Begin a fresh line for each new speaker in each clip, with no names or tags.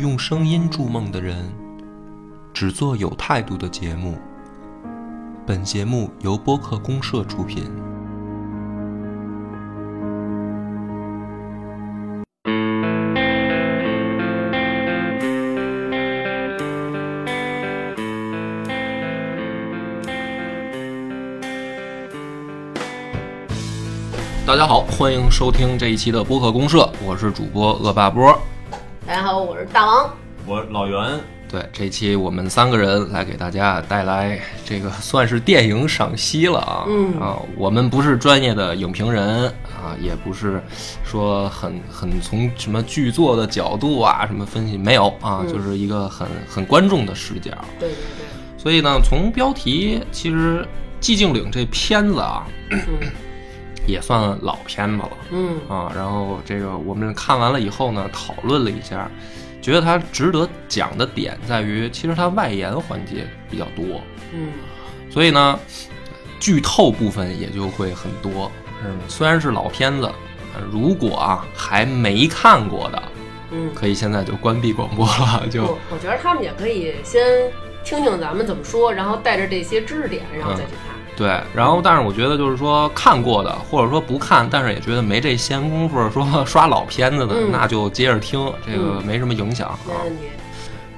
用声音筑梦的人，只做有态度的节目。本节目由播客公社出品。大家好，欢迎收听这一期的播客公社，我是主播恶霸波。
大家好，我是大王。
我老袁，
对，这期我们三个人来给大家带来这个算是电影赏析了啊。
嗯
啊，我们不是专业的影评人啊，也不是说很很从什么剧作的角度啊什么分析没有啊，
嗯
就是一个很很观众的视角。
对对对，
所以呢，从标题其实《寂静岭》这片子啊，也算老片子了。
嗯
啊，然后这个我们看完了以后呢，讨论了一下，觉得它值得讲的点在于，其实它外延环节比较多，
嗯
所以呢，剧透部分也就会很多。
嗯，
虽然是老片子，呃如果啊还没看过的，
嗯，
可以现在就关闭广播了，就
我我觉得他们也可以先听听咱们怎么说，然后带着这些知识点，然后再去看。
对。然后，但是我觉得就是说看过的，或者说不看，但是也觉得没这闲工夫说刷老片子的，
嗯
那就接着听，这个没什么影响啊。
没问题。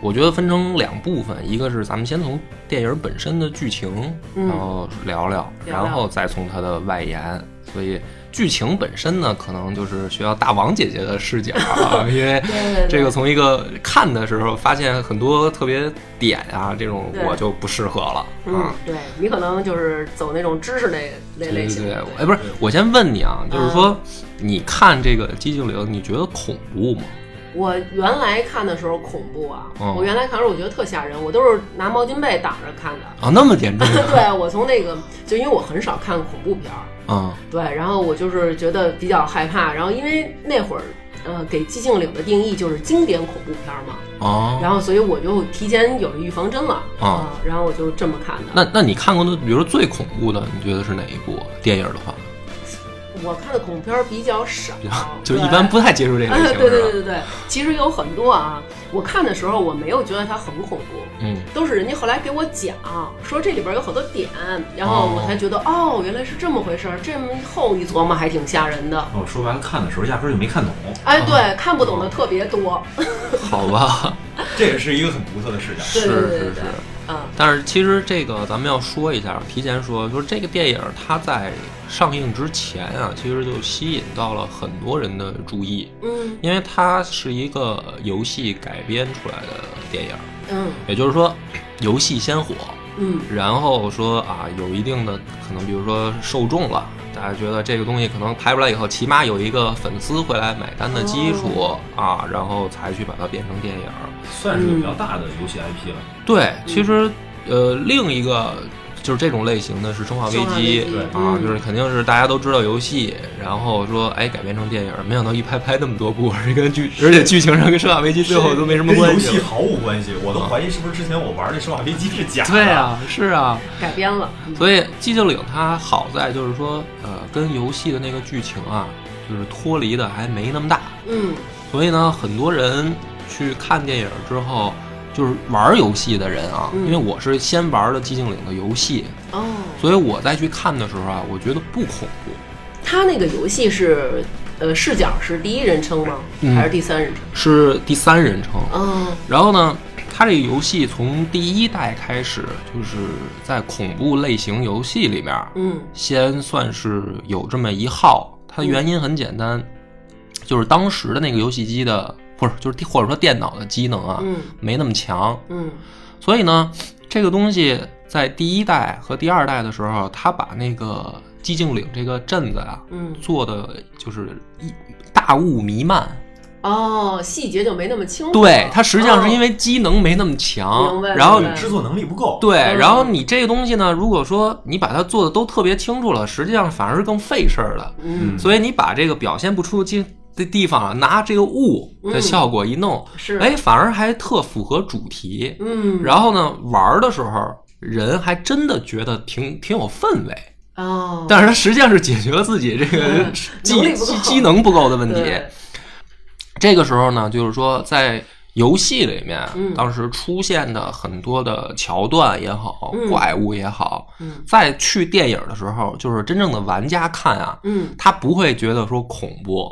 我觉得分成两部分，一个是咱们先从电影本身的剧情，
嗯
然后聊聊，
聊聊
然后再从它的外延。所以剧情本身呢，可能就是需要大王姐姐的视角 啊，因为
对对对
这个从一个看的时候发现很多特别点啊，这种
对
我就不适合了
嗯
啊。，
对你可能就是走那种知识类类
对
类
对
型嗯
对
的。，
哎，不是，我先问你啊，就是说，你看这个《寂静岭》，你觉得恐怖吗？
我原来看的时候恐怖啊，
嗯
我原来看的时候我觉得特吓人，我都是拿毛巾被挡着看的。
啊，那么 严重啊？
对，我从那个就因为我很少看恐怖片儿，
嗯
对，然后我就是觉得比较害怕，然后因为那会儿，呃，给寂静岭的定义就是经典恐怖片儿嘛，
哦，
然后所以我就提前有了预防针了
啊
啊、然后我就这么看的。
那那你看过的，比如说最恐怖的，你觉得是哪一部电影的话，
我看的恐怖片儿比较少，
就是
对
一 般不太接触这个类
哎
型，
对对对
是吧？
对对，其实有很多啊，我看的时候我没有觉得它很恐怖，
嗯，
都是人家后来给我讲，说这里边有好多点，然后我才觉得哦原来是这么回事儿，这么后一琢磨还挺吓人的。
哦我说白了，看的时候压根儿就没看懂，
哎，
哦
对，看不懂的特别多，
好吧，
这也是一个很独特的视角。
对
是
对对
是
对
是。
嗯
但是其实这个咱们要说一下，提前说，就是这个电影它在上映之前啊，其实就吸引到了很多人的注意，
嗯
因为它是一个游戏改编出来的电影，
嗯
也就是说，游戏先火，
嗯
然后说啊，有一定的可能，比如说受众了，大家觉得这个东西可能拍出来以后，起码有一个粉丝会来买单的基础、啊，然后才去把它变成电影。嗯
算是个比较大的游戏 IP 了。
对，其实、呃，另一个就是这种类型的是《生化危
生化危
机
机》对
啊，
嗯
就是肯定是大家都知道游戏，然后说哎改编成电影，没想到一拍拍那么多部，而且跟剧而且剧情上跟《生化危机》最后都没什么
跟
关
游
系
戏
了。
毫无关系，我都怀疑是不是之前我玩那《生化危机》是假的。
对，啊，是啊，
改编了，嗯
所以《寂静岭》它好在就是说，呃，跟游戏的那个剧情啊，就是脱离的还没那么大。
嗯
所以呢，很多人去看电影之后，就是玩游戏的人啊，
嗯
因为我是先玩的《寂静岭》的游戏，
哦，
所以我再去看的时候啊，我觉得不恐怖。
他那个游戏是呃视角是第一人称吗？
嗯
还是第三人称？
是第三人称，
嗯
然后呢，它这个游戏从第一代开始，就是在恐怖类型游戏里面，
嗯
先算是有这么一号。它的原因很简单，就是当时的那个游戏机的，不是就是或者说电脑的机能啊，
嗯
没那么强。
嗯
所以呢，这个东西在第一代和第二代的时候，它把那个寂静岭这个镇子啊，
嗯，
做的就是一大雾弥漫。
哦，细节就没那么清楚了。
对，它实际上是因
为
为机能没那么
哦
强
明，白
然后
明白
制作能力不够。
对，
嗯
然后你这个东西呢，如果说你把它做的都特别清楚了，实际上反而是更费事儿的。
嗯
嗯
所以你把这个表现不出的的地方啊，拿这个雾的效果一弄，
是
哎、反而还特符合主题。
嗯，
然后呢，玩儿的时候人还真的觉得挺挺有氛围，
哦，
但是它实际上是解决了自己这个
嗯
技
能力不够
技技能不够的问题。
对
这个时候呢，就是说在游戏里面
嗯
当时出现的很多的桥段也好，
嗯
怪物也好，
嗯
在去电影的时候，就是真正的玩家看啊，
嗯，
他不会觉得说恐怖，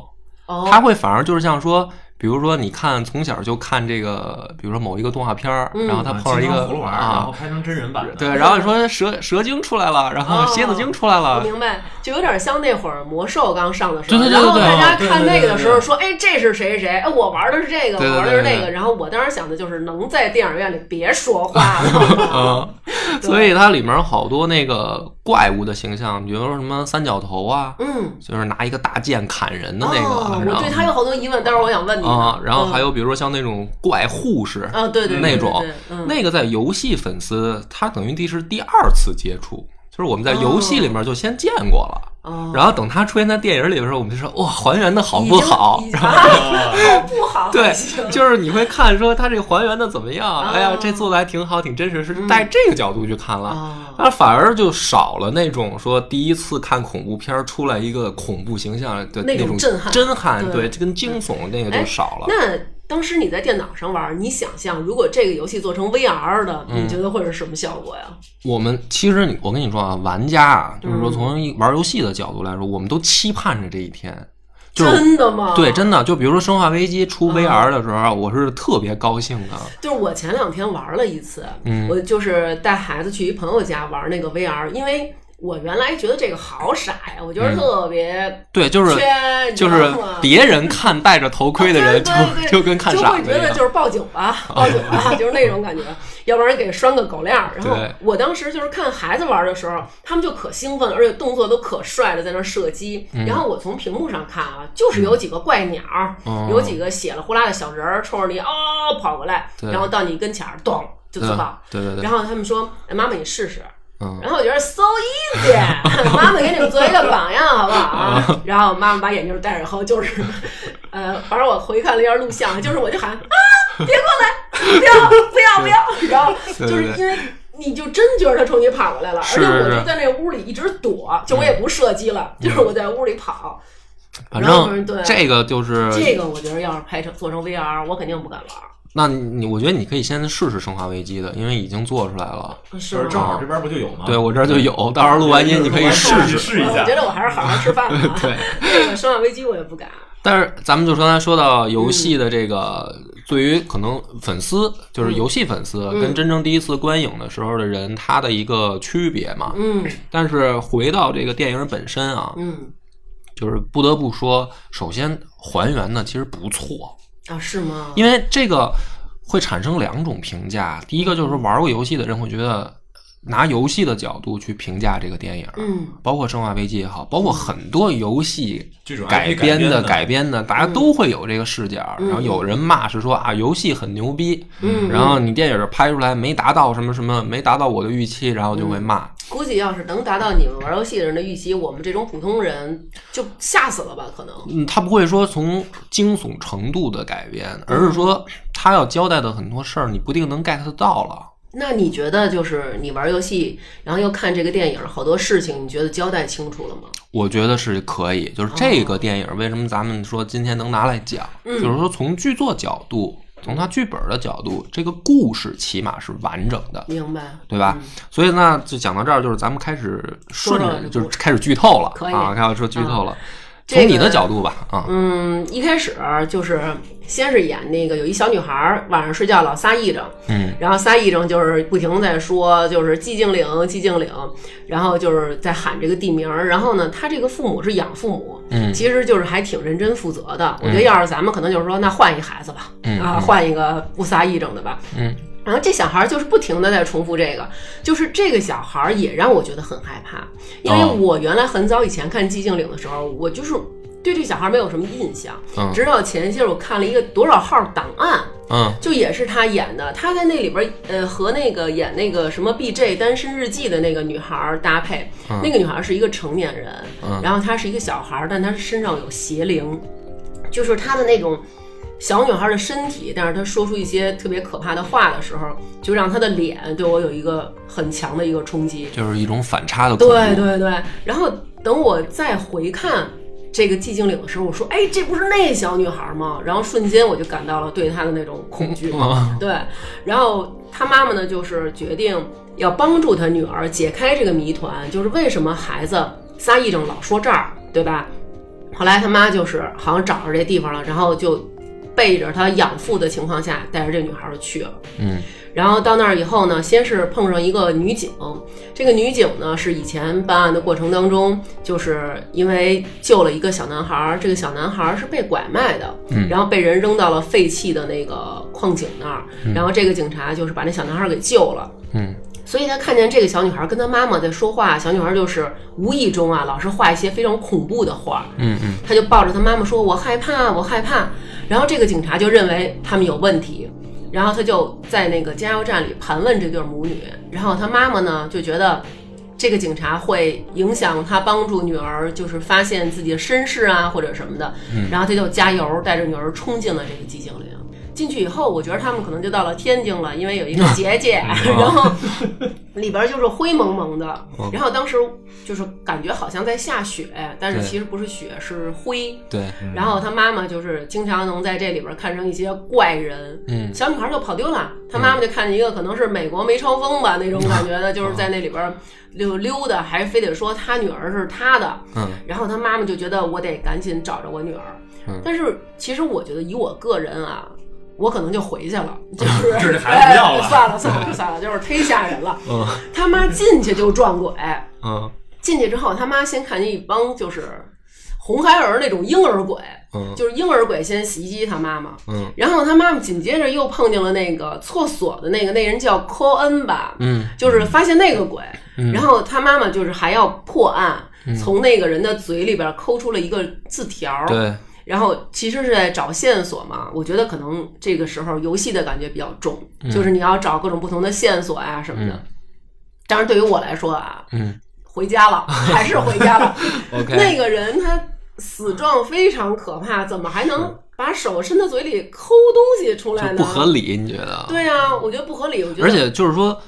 哦，
他会反而就是像说，比如说你看从小就看这个，比如说某一个动画片儿，
嗯
然后他碰上一个
葫芦娃，然
啊
后，拍成真人版的，
对，然后你说蛇蛇精出来了，然后
哦
蝎子精出来
我
了，
明白，就有点像那会儿魔兽刚上的时候，
啊对对对对
然后
对
大家
对对
看
对
那个的时候
对
说，哎，这是谁谁谁，哎，我玩的是这个，
对对
我玩的
对
是
对
那个，然后我当时想的就是能在电影院里别说话 了，
嗯，所以它里面好多那个怪物的形象，比如说什么三角头啊，
嗯，
就是拿一个大剑砍人的那
哦
个，然
我
后
对他有好多疑问，待会儿我想问你呢
啊，然后还
嗯
有比如说像那种怪护士，
啊，对对对
那
对
种
对嗯
那个在游戏粉丝，他等于第是第二次接触，就是我们在游戏里面就先见过了，
哦
然后等他出现在电影里的时候，我们就说哇，还原的好不好
已？经
然
已
后
经
啊
好不好？
对
行，
就是你会看说他这个还原的怎么样？哎呀
哦，
这做的还挺好，挺真实，是带这个角度去看了。
啊，
那反而就少了那种说第一次看恐怖片儿出来一个恐怖形象的
那种
种
震撼
震撼，
对
对，这跟惊悚那个
哎
就少了。
那当时你在电脑上玩，你想象如果这个游戏做成 VR 的，
嗯
你觉得会是什么效果呀？
我们其实你，我跟你说啊，玩家啊，就是
嗯
说从一玩游戏的角度来说，我们都期盼着这一天。就是
真的吗？
对，真的，就比如说《生化危机》出
啊
VR 的时候，我是特别高兴的。
就是我前两天玩了一次，
嗯
我就是带孩子去一朋友家玩那个 VR，因为我原来觉得这个好傻呀，我觉得特别
对，嗯就是
缺，你知
就
道
是
吗
别人看戴着头盔的人，就
啊 对对对
就跟看
就
傻
会
子
觉
一
得
样
就。是报警吧，报警 吧，就是那种感觉，要不然给拴个狗链儿。然后
对
我当时就是看孩子玩的时候，他们就可兴奋了，而且动作都可帅了，在那儿射击。然后我从屏幕上看啊，就是有几个怪鸟，
嗯
有几个血了呼啦的小人儿冲着你哦跑过来，
对
然后到你跟前儿咚就自爆。
对对对，
然后他们说：“哎，妈妈，你试试。”
嗯
然后我觉得 so easy，妈 妈给你们做一个榜样，好不好？
嗯
然后妈妈把眼镜戴上后，就是，呃，反正我回看了一下录像，就是我就喊啊，别过来，不要，不要，不要，然后就是因为。你就真觉得他冲你跑过来了，而
是
且我
是嗯
就在那屋里一直躲，就我也不射击了，就是我在屋里跑。
反
然后就是
正
对
这个就是，
这个我觉得要是拍成做成 VR，我肯定不敢玩。
那你我觉得你可以先试试《生化危机》的，因为已经做出来了。
是
就是
吗
正好这边不就有
嗯
吗？
对我这儿就有，到时候录完音你可以试
试
试。
一
我
下
觉。得我还是好好吃饭吧。
对，
那个《生化危机》我也不敢。
但是咱们就刚才说到游戏的这个，
嗯
对于可能粉丝，就是游戏粉丝啊
嗯
跟真正第一次观影的时候的人，他的一个区别嘛。
嗯
但是回到这个电影本身啊，
嗯
就是不得不说，首先还原的其实不错，
啊，是吗？
因为这个会产生两种评价，第一个就是玩过游戏的人会觉得。拿游戏的角度去评价这个电影，
嗯
包括《生化危机》也好，包括很多游戏
这种 IP
改
编
编
的
改编的，大家都会有这个视角。然后有人骂是说啊，游戏很牛逼，
嗯，
然后你电影拍出来没达到什么什么，没达到我的预期，然后就会骂。
估计要是能达到你们玩游戏的人的预期，我们这种普通人就吓死了吧？可能
嗯，他不会说从惊悚程度的改变，而是说他要交代的很多事儿，你不一定能 get 到了。
那你觉得，就是你玩游戏，然后又看这个电影，好多事情你觉得交代清楚了吗？
我觉得是可以，就是这个电影为什么咱们说今天能拿来讲，就是说从剧作角度，从它剧本的角度，这个故事起码是完整的。
明白？
对吧？所以呢，就讲到这儿，就是咱们开始顺
嗯说到这
着，
个
就是开始剧透了，
可以嗯
啊，开始说剧透了。
这个
从你的角度吧，啊，
嗯，一开始就是先是演那个有一小女孩儿晚上睡觉老撒癔症，
嗯，
然后撒癔症就是不停在说就是寂静岭寂静岭，然后就是在喊这个地名儿。然后呢，她这个父母是养父母，
嗯
其实就是还挺认真负责的。我觉得要是咱们可能就是说那换一孩子吧，
嗯
啊，换一个不撒癔症的吧，
嗯。
然后这小孩儿就是不停的在重复这个，就是这个小孩儿也让我觉得很害怕，因为
哦
我原来很早以前看寂静岭的时候，我就是对这小孩儿没有什么印象，
嗯
直到前些日我看了一个多少号档案，
嗯
就也是他演的，他在那里边儿呃和那个演那个什么 B J 单身日记的那个女孩儿搭配，
嗯
那个女孩儿是一个成年人，
嗯
然后她是一个小孩儿，但她身上有邪灵，就是她的那种。小女孩儿的身体，但是她说出一些特别可怕的话的时候，就让她的脸对我有一个很强的一个冲击。
就是一种反差的恐怖。
对对对，然后等我再回看这个寂静岭的时候，我说，哎，这不是那小女孩吗？然后瞬间我就感到了对她的那种恐惧。
啊，
对，然后他妈妈呢，就是决定要帮助他女儿解开这个谜团，就是为什么孩子撒癔症老说这儿，对吧？后来他妈就是好像找着这地方了，然后就背着他养父的情况下，带着这女孩儿去了。
嗯
然后到那儿以后呢，先是碰上一个女警，这个女警呢是以前办案的过程当中，就是因为救了一个小男孩儿，这个小男孩儿是被拐卖的，
嗯
然后被人扔到了废弃的那个矿井那儿，然后这个警察就是把那小男孩儿给救了。
嗯
所以他看见这个小女孩跟她妈妈在说话，小女孩就是无意中啊，老是画一些非常恐怖的画，
嗯嗯
他就抱着他妈妈说：“我害怕，我害怕。”然后这个警察就认为他们有问题，然后他就在那个加油站里盘问这对母女。然后他妈妈呢就觉得这个警察会影响他帮助女儿，就是发现自己的身世啊或者什么的。然后他就加油，带着女儿冲进了这个寂静岭。进去以后，我觉得他们可能就到了天津了，因为有一个结界， 然后里边就是灰蒙蒙的
哦。
然后当时就是感觉好像在下雪，但是其实不是雪，是灰。
对，
嗯
然后他妈妈就是经常能在这里边看上一些怪人，
嗯
小女孩就跑丢了，他妈妈就看见一个可能是美国梅超风吧那种感觉的，就是在那里边溜溜达，还非得说他女儿是他的，
嗯
然后他妈妈就觉得我得赶紧找着我女儿
嗯，
但是其实我觉得以我个人啊。我可能就回去了，就是
嗯这孩子不要 了
哎算了算了算了，就是忒吓人了。
嗯
他妈进去就撞鬼，
嗯
进去之后，他妈先看见一帮就是红孩儿那种婴儿鬼，
嗯
就是婴儿鬼先袭击他妈妈，
嗯
然后他妈妈紧接着又碰见了那个厕所的那个那人叫科恩吧，
嗯
就是发现那个鬼，
嗯
然后他妈妈就是还要破案，从那个人的嘴里边抠出了一个字条儿，
对，
然后其实是在找线索嘛，我觉得可能这个时候游戏的感觉比较重，
嗯
就是你要找各种不同的线索呀、什么的。当然，对于我来说啊，
嗯
回 家了，还是回家了。
，OK，
那个人他死状非常可怕，怎么还能把手伸到嘴里抠东西出来
就
呢？
不合理，你觉得？
对啊，我觉得不合理。我觉得，
而且就是说，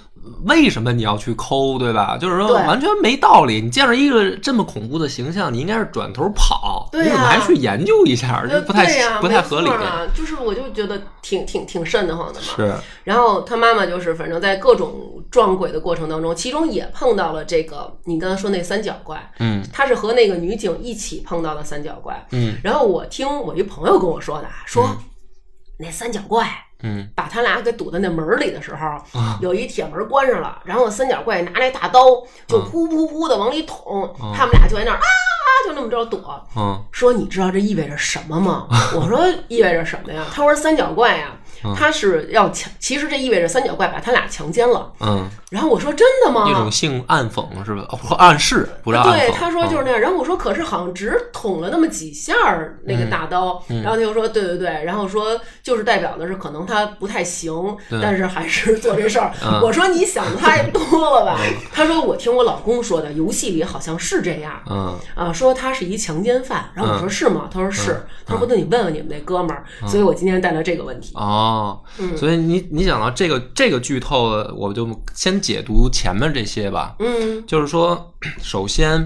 为什么你要去抠，对吧？就是说
对
完全没道理。你见着一个这么恐怖的形象，你应该是转头跑，
对呀
你怎么还去研究一下？这
呃
不太、
对呀、
不太合理。哎
没错啊。就是我就觉得挺挺挺瘆得慌的嘛。
是，
然后他妈妈就是，反正在各种撞鬼的过程当中，其中也碰到了这个你刚才说那三角怪，
嗯
他是和那个女警一起碰到的三角怪。
嗯
然后我听我一朋友跟我说的啊，说、那三角怪
嗯
把他俩给堵在那门儿里的时候，
啊
有一铁门关上了，然后三角怪拿那大刀就噗噗噗的往里捅，
啊
他们俩就在那儿啊，就那么着躲。
嗯
说你知道这意味着什 么吗？我说意味着什么呀？他说三角怪呀、
嗯
他是要强，其实这意味着三角怪把他俩强奸了。
嗯，
然后我说真的
一种
吗？
性暗讽是吧？哦或暗示，不是暗讽。
啊
啊嗯
对，他说就是那样。然后我说可是好像只捅了那么几下儿那个大刀，
嗯
然后他就说对对对，然后说就是代表的是可能他不太行，
对
但是还是做这事儿。
嗯
我说你想太多了吧？他说我听我老公说的，游戏里好像是这样。
嗯
啊，说他是一强奸犯，然后我说是吗？他说是，
嗯
他说那你问问你们那哥们儿，所以我今天带来这个问题。
哦，
嗯
所以你你想到这个这个剧透，我就先解读前面这些吧。
嗯
就是说，首先，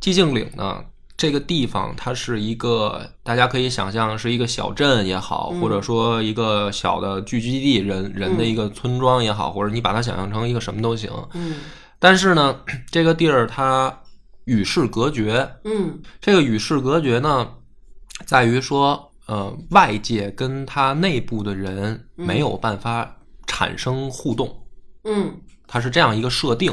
寂静岭呢这个地方，它是一个大家可以想象是一个小镇也好，或
嗯
者说一个小的聚居地人人的一个村庄也好，或者你把它想象成一个什么都行。
嗯
但是呢， 这个地儿它与世隔绝，
嗯
这个与世隔绝呢，在于说，呃，外界跟它内部的人没有办法产生互动，
嗯，
它是这样一个设定。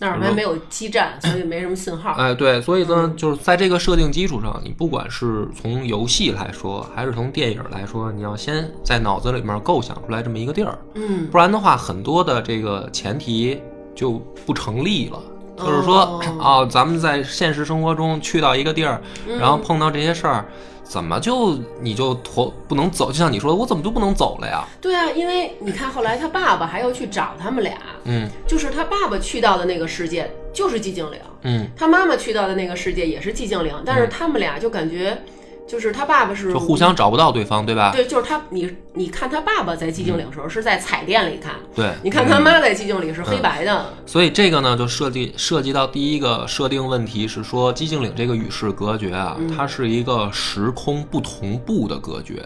那儿还没有基站，所以没什么信号。
哎，对，所以呢，就是在这个设定基础上，你不管是从游戏来说，还是从电影来说，你要先在脑子里面构想出来这么一个地儿，
嗯，
不然的话，很多的这个前提就不成立了。就是说，
哦
啊，咱们在现实生活中去到一个地儿，
嗯
然后碰到这些事儿，怎么就你就头不能走？就像你说，我怎么就不能走了呀？
对啊，因为你看后来他爸爸还要去找他们俩，
嗯
就是他爸爸去到的那个世界就是寂静岭，
嗯
他妈妈去到的那个世界也是寂静岭，但是他们俩就感觉就是他爸爸是
就互相找不到对方，对吧？
对，就是他，你你看他爸爸在寂静岭的时候是在彩电里看，
对，嗯
你看他妈在寂静岭是黑白的，
所以这个呢，就涉及涉及到第一个设定问题是说，寂静岭这个与世隔绝啊，它是一个时空不同步的隔绝，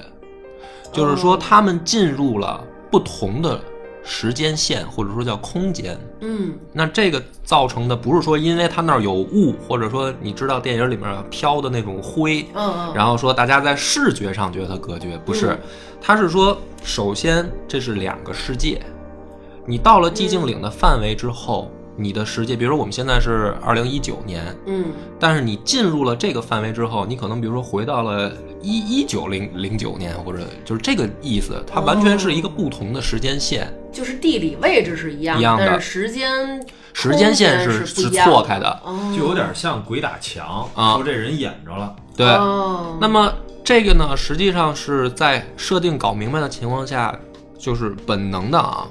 就是说他们进入了不同的时间线，或者说叫空间。
嗯
那这个造成的不是说因为它那儿有雾，或者说你知道电影里面飘的那种灰，
嗯嗯，
然后说大家在视觉上觉得隔绝，不是
嗯，
他是说，首先这是两个世界，你到了寂静岭的范围之后，你的世界，比如说我们现在是二零一九年，
嗯
但是你进入了这个范围之后，你可能比如说回到了一一九零零九年，或者就是这个意思，它完全是一个不同的时间线，
就是地理位置是一样，
一样的
但是时间
时间线
空
是
间
是
不一样的
错开的，
哦，
就有点像鬼打墙，
啊
说这人演着了，
对。
哦
那么这个呢，实际上是在设定搞明白的情况下，就是本能的啊，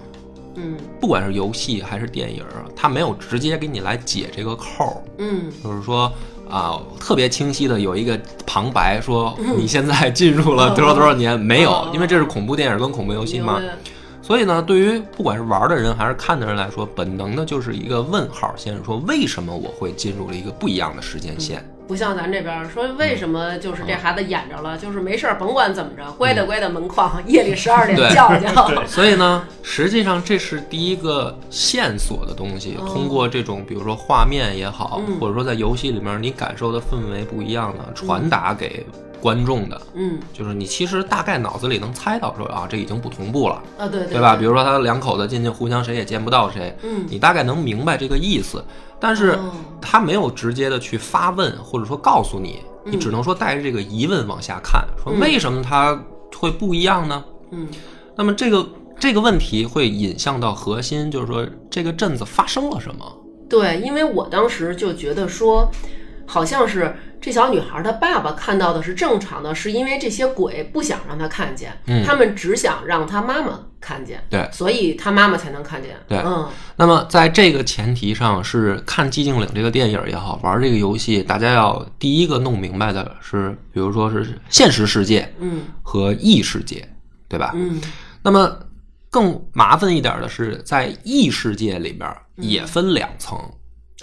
嗯
不管是游戏还是电影儿，它没有直接给你来解这个扣儿，
嗯
就是说。啊，特别清晰的有一个旁白 说你现在进入了多少多少年，没有
哦，
因为这是恐怖电影跟恐怖游戏嘛
明，白
所以呢，对于不管是玩的人还是看的人来说，本能的就是一个问号，先是说为什么我会进入了一个不一样的时间线，
不像咱这边儿说，
嗯
为什么就是这孩子演着了，就是没事儿，甭管怎么着，乖的乖的门框，夜里十二点
嗯对
叫叫，
所以呢，实际上这是第一个线索的东西，
哦
通过这种比如说画面也好，
嗯
或者说在游戏里面你感受的氛围不一样的，传达给观众的，
嗯
就是你其实大概脑子里能猜到说啊，这已经不同步了，
啊对
对吧？比如说他两口子进去互相谁也见不到谁，
嗯，
你大概能明白这个意思，但是
哦
他没有直接的去发问，或者说告诉你，你只能说带着这个疑问往下看，说
嗯
为什么他会不一样呢？
嗯
那么这个这个问题会引向到核心，就是说这个镇子发生了什么？
对，因为我当时就觉得说，好像是这小女孩她爸爸看到的是正常的，是因为这些鬼不想让她看见，
嗯
他们只想让她妈妈看见，
对
所以她妈妈才能看见，
对
嗯
那么在这个前提上，是看《寂静岭》这个电影也好，玩这个游戏，大家要第一个弄明白的是，比如说是现实世界
嗯
和异世界，对吧？
嗯
那么更麻烦一点的是，在异世界里边也分两层、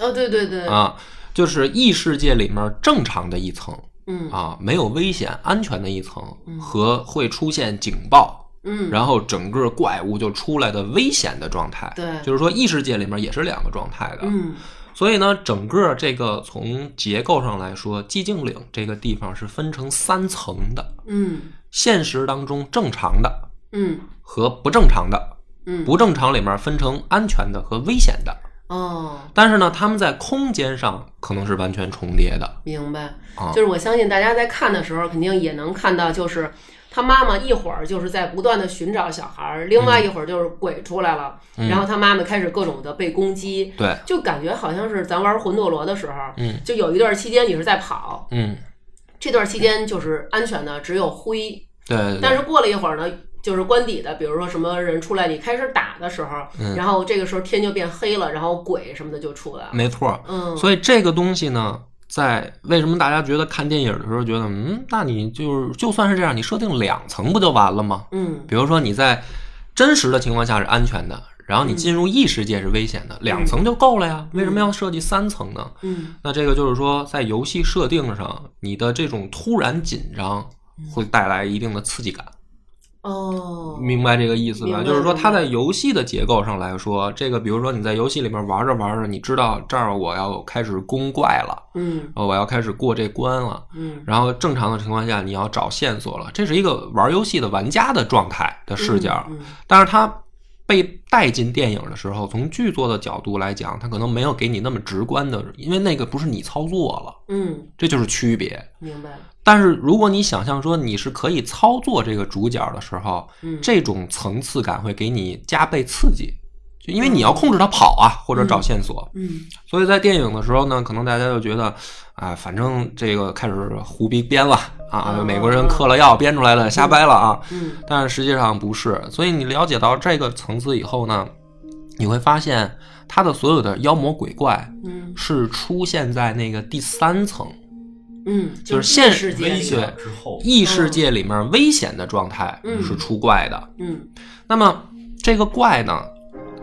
哦对对对，
啊，就是异世界里面正常的一层
嗯
啊，没有危险、安全的一层和会出现警报。
嗯
然后整个怪物就出来的危险的状态。
对
就是说异世界里面也是两个状态的。
嗯
所以呢，整个这个从结构上来说，寂静岭这个地方是分成三层的：
嗯
现实当中正常的
嗯
和不正常的。
嗯
不正常里面分成安全的和危险的。
哦。
但是呢，他们在空间上可能是完全重叠的。
明白
啊，
就是我相信大家在看的时候，肯定也能看到，就是他妈妈一会儿就是在不断的寻找小孩儿，另
嗯
外一会儿就是鬼出来了，然后他妈妈开始各种的被攻击，
对，
就感觉好像是咱玩魂斗罗的时候，
嗯，
就有一段期间你是在跑，
嗯，
这段期间就是安全的只有灰，
对对
但
对，
是过了一会儿呢。就是关底的，比如说什么人出来，你开始打的时候，
嗯
然后这个时候天就变黑了，然后鬼什么的就出来了。
没错。
嗯，
所以这个东西呢，在为什么大家觉得看电影的时候觉得，嗯，那你就是就算是这样，你设定两层不就完了吗？
嗯，
比如说你在真实的情况下是安全的，然后
嗯
你进入异世界是危险的，两层就够了呀，为什么要设计三层呢？
嗯，
那这个就是说，在游戏设定上，你的这种突然紧张
嗯
会带来一定的刺激感。
哦，
明白这个意思
明
吧？
白
就是说，
明白
它在游戏的结构上来说，这个比如说你在游戏里面玩着玩着，你知道这儿我要开始攻怪了，
嗯
呃，我要开始过这关了。
嗯
然后正常的情况下，你要找线索了，这是一个玩游戏的玩家的状态的视角。
嗯嗯
但是他被带进电影的时候，从剧作的角度来讲，他可能没有给你那么直观的，因为那个不是你操作了，
嗯，
这就是区别。
明白了。
但是如果你想象说你是可以操作这个主角的时候，
嗯
这种层次感会给你加倍刺激，就因为你要控制他跑啊，或者找线索。
嗯
所以在电影的时候呢，可能大家就觉得，啊，反正这个开始胡逼编了啊
啊，
美国人嗑了药编出来的，瞎掰了啊。
嗯
但是实际上不是，所以你了解到这个层次以后呢，你会发现它的所有的妖魔鬼怪
嗯
是出现在那个第三层，
嗯，
就是
异
现
世界
危
里，
险之后，
异世界里面危险的状态
嗯
是出怪的。
嗯
那么这个怪呢，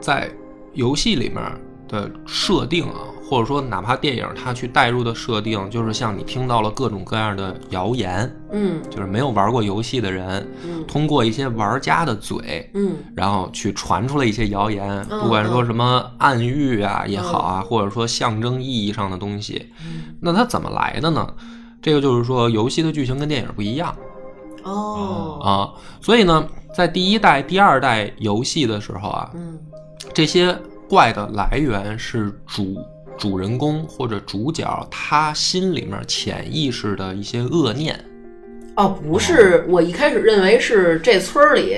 在游戏里面的设定啊，或者说哪怕电影它去带入的设定，就是像你听到了各种各样的谣言，
嗯
就是没有玩过游戏的人
嗯
通过一些玩家的嘴。
嗯
然后去传出了一些谣言，
嗯
不管说什么暗喻啊也好啊，或者说象征意义上的东西，
嗯，
那它怎么来的呢？这个就是说，游戏的剧情跟电影不一样。
哦，
啊，所以呢，在第一代、第二代游戏的时候啊，
嗯
这些怪的来源是主主人公或者主角他心里面潜意识的一些恶念。
哦，不是，我一开始认为是这村儿里，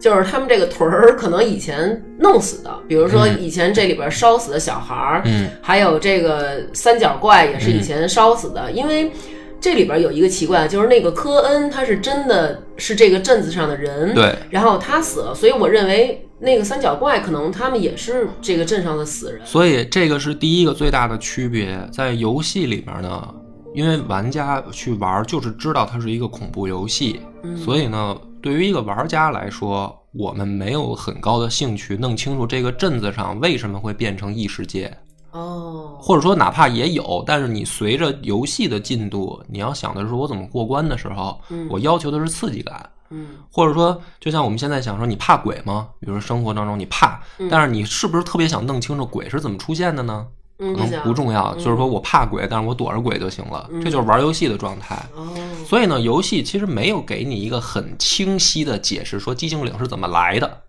就是他们这个屯儿可能以前弄死的，比如说
嗯
以前这里边烧死的小孩儿，
嗯
还有这个三角怪也是以前烧死的，因为这里边有一个奇怪，就是那个科恩他是真的是这个镇子上的人，
对，
然后他死了，所以我认为那个三角怪可能他们也是这个镇上的死人，
所以这个是第一个最大的区别，在游戏里面呢。因为玩家去玩就是知道它是一个恐怖游戏，
嗯
所以呢，对于一个玩家来说，我们没有很高的兴趣弄清楚这个镇子上为什么会变成异世界，
哦，
或者说哪怕也有，但是你随着游戏的进度，你要想的是我怎么过关的时候，
嗯
我要求的是刺激感，
嗯
或者说就像我们现在想说，你怕鬼吗？比如说生活当中你怕，但是你是不是特别想弄清楚鬼是怎么出现的呢？
嗯，
可
不
能
想
不重要，
嗯
就是说我怕鬼，但是我躲着鬼就行了，
嗯
这就是玩游戏的状态。
哦，
所以呢，游戏其实没有给你一个很清晰的解释，说寂静岭是怎么来的，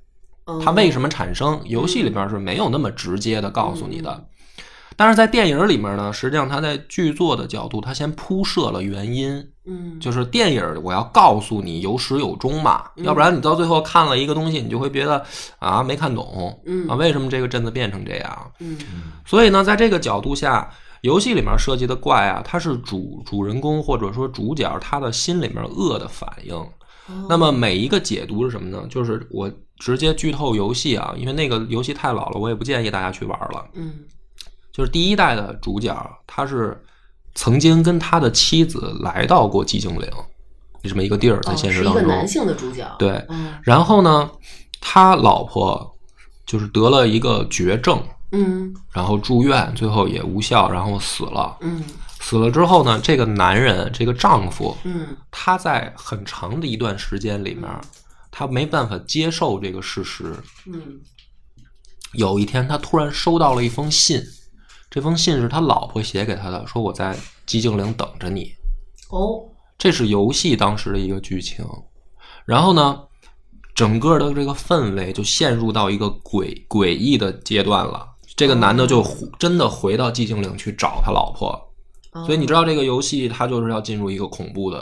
它为什
么
么产生？游戏里边是没有那么直接的告诉你的。但是在电影里面呢，实际上它在剧作的角度，它先铺设了原因，
嗯
就是电影我要告诉你有始有终嘛，要不然你到最后看了一个东西，你就会觉得啊没看懂
嗯
啊，为什么这个镇子变成这样？
嗯
所以呢，在这个角度下，游戏里面设计的怪啊，它是主主人公或者说主角他的心里面恶的反应。
哦
那么每一个解读是什么呢？就是我直接剧透游戏啊，因为那个游戏太老了，我也不建议大家去玩了。
嗯
就是第一代的主角，他是曾经跟他的妻子来到过寂静岭，这么一个地儿，在
哦
现
是
实
一
当
个
中，
男性的主角，
对。
嗯
然后呢，他老婆就是得了一个绝症，
嗯
然后住院，最后也无效，然后死了。
嗯
死了之后呢，这个男人，这个丈夫，
嗯
他在很长的一段时间里面，他没办法接受这个事实。
嗯
有一天，他突然收到了一封信，这封信是他老婆写给他的，说我在寂静岭等着你。
哦
这是游戏当时的一个剧情。然后呢，整个的这个氛围就陷入到一个诡诡异的阶段了。这个男的就回真的回到寂静岭去找他老婆，
哦
所以你知道这个游戏它就是要进入一个恐怖的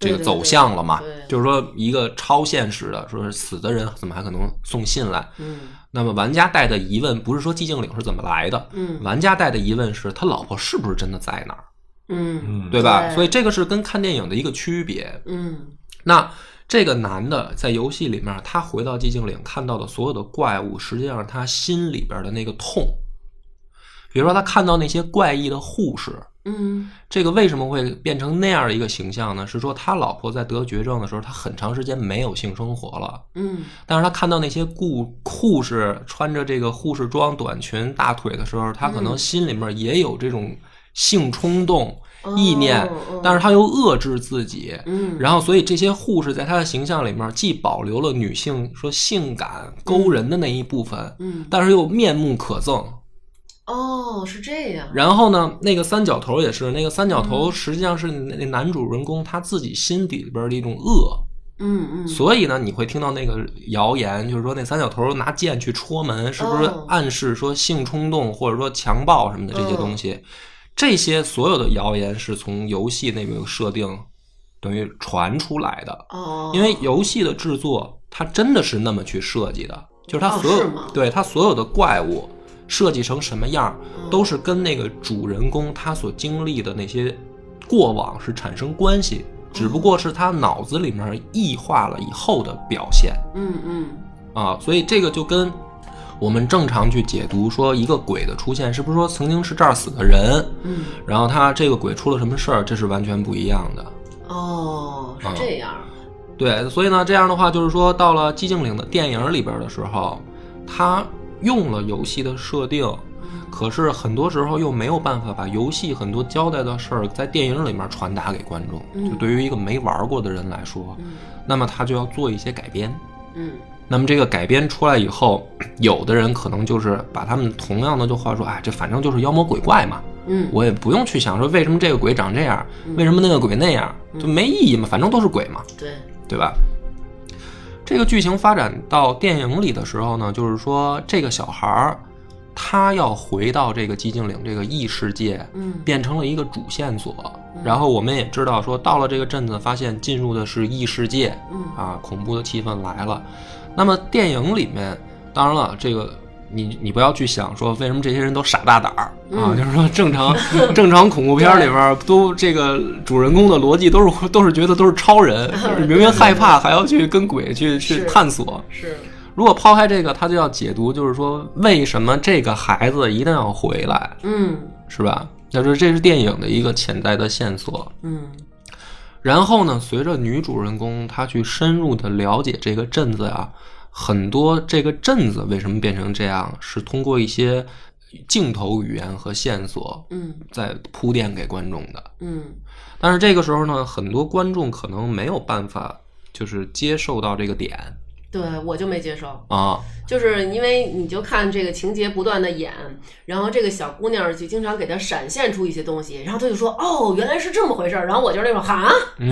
这
对
个走向了嘛
对对对？
就是说一个超现实的，说是死的人怎么还可能送信来？
嗯
那么玩家带的疑问不是说寂静岭是怎么来的，
嗯
玩家带的疑问是他老婆是不是真的在那儿，
嗯
嗯，
对吧？
对
所以这个是跟看电影的一个区别。
嗯
那这个男的在游戏里面，他回到寂静岭看到的所有的怪物，实际上是他心里边的那个痛。比如说，他看到那些怪异的护士，
嗯
这个为什么会变成那样一个形象呢？是说他老婆在得绝症的时候，他很长时间没有性生活了。
嗯
但是他看到那些顾护士穿着这个护士装、短裙、大腿的时候，他可能心里面也有这种性冲动、
哦
意念
哦，
但是他又遏制自己。
嗯
然后，所以这些护士在他的形象里面，既保留了女性说性感勾人的那一部分，
嗯
但是又面目可憎，
哦是这样，
然后呢，那个三角头也是，那个三角
嗯
头实际上是那那男主人公他自己心底里边的一种恶，
嗯嗯
所以呢，你会听到那个谣言，就是说那三角头拿剑去戳门，是不是
哦
暗示说性冲动或者说强暴什么的这些东西？
嗯
这些所有的谣言是从游戏那个设定等于传出来的，
哦，
因为游戏的制作，它真的是那么去设计的，就是它
哦
所有、
是吗
对它所有的怪物设计成什么样儿，
嗯
都是跟那个主人公他所经历的那些过往是产生关系，只不过是他脑子里面异化了以后的表现
嗯嗯
啊，所以这个就跟。我们正常去解读说一个鬼的出现，是不是说曾经是这儿死的人，
嗯，
然后他这个鬼出了什么事儿，这是完全不一样的。
哦，是这样，
对，所以呢，这样的话就是说，到了寂静岭的电影里边的时候，他用了游戏的设定，
嗯
可是很多时候又没有办法把游戏很多交代的事儿在电影里面传达给观众。
嗯
就对于一个没玩过的人来说，
嗯
那么他就要做一些改编。
嗯
那么这个改编出来以后，有的人可能就是把他们同样的就话说，哎，这反正就是妖魔鬼怪嘛，
嗯，
我也不用去想说为什么这个鬼长这样，为什么那个鬼那样，
嗯
就没意义嘛，反正都是鬼嘛。
对，
对吧？这个剧情发展到电影里的时候呢，就是说这个小孩儿他要回到这个寂静岭这个异世界，
嗯
变成了一个主线索。然后我们也知道说，到了这个镇子，发现进入的是异世界，
嗯
啊，恐怖的气氛来了。那么电影里面，当然了，这个你你不要去想说为什么这些人都傻大胆儿啊，
嗯
就是说正 常正常恐怖片里边儿都这个主人公的逻辑都是都是觉得都是超人，就是明明害怕还要去跟鬼去去
嗯是
探索。
是，
如果抛开这个，他就要解读，就是说为什么这个孩子一定要回来，
嗯
是吧？那就是这是电影的一个潜在的线索。
嗯
然后呢，随着女主人公她去深入的了解这个镇子啊，很多这个镇子为什么变成这样，是通过一些镜头语言和线索
嗯
在铺垫给观众的。
嗯
但是这个时候呢，很多观众可能没有办法就是接受到这个点
对我就没接受，
啊，
就是因为你就看这个情节不断的演，然后这个小姑娘就经常给她闪现出一些东西，然后她就说哦原来是这么回事儿，然后我就那种哈，
嗯，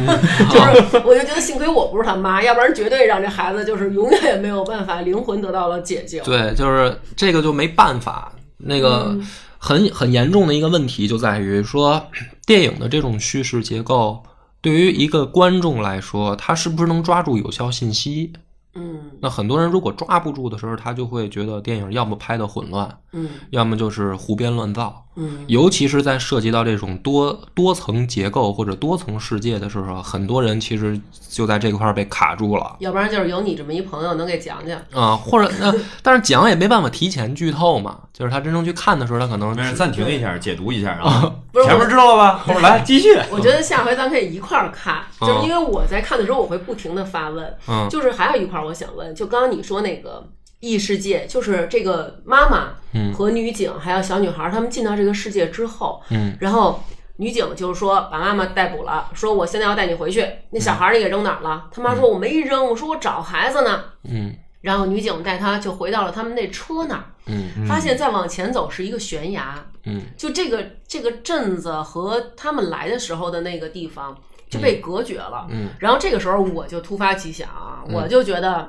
就是我就觉得幸亏我不是他妈，要不然绝对让这孩子就是永远也没有办法灵魂得到了解救。
对，就是这个就没办法。那个很很严重的一个问题就在于说，电影的这种叙事结构对于一个观众来说，他是不是能抓住有效信息？
嗯
那很多人如果抓不住的时候，他就会觉得电影要么拍的混乱，
嗯
要么就是胡编乱造。
嗯
尤其是在涉及到这种多多层结构或者多层世界的时候，很多人其实就在这块儿被卡住了。
要不然就是有你这么一朋友能给讲讲。
啊、或者那、但是讲也没办法提前剧透嘛，就是他真正去看的时候，他可能
没事，
是
暂停一下，解读一下 啊。
不是
前面知道了吧？后面来继续。
我觉得下回咱可以一块儿看，
嗯
就是因为我在看的时候，我会不停的发问。
嗯
就是还有一块儿我想问，就刚刚你说那个异世界，就是这个妈妈
嗯
和女警还有小女孩儿，她们进到这个世界之后，
嗯
然后女警就是说把妈妈逮捕了，说我现在要带你回去。
嗯
那小孩儿你给扔哪儿了？他妈说我没扔，我说我找孩子呢。
嗯
然后女警带他就回到了他们那车那儿，
嗯
发现再往前走是一个悬崖，
嗯
就这个这个镇子和他们来的时候的那个地方就被隔绝了。
嗯，
然后这个时候我就突发奇想啊，我就觉得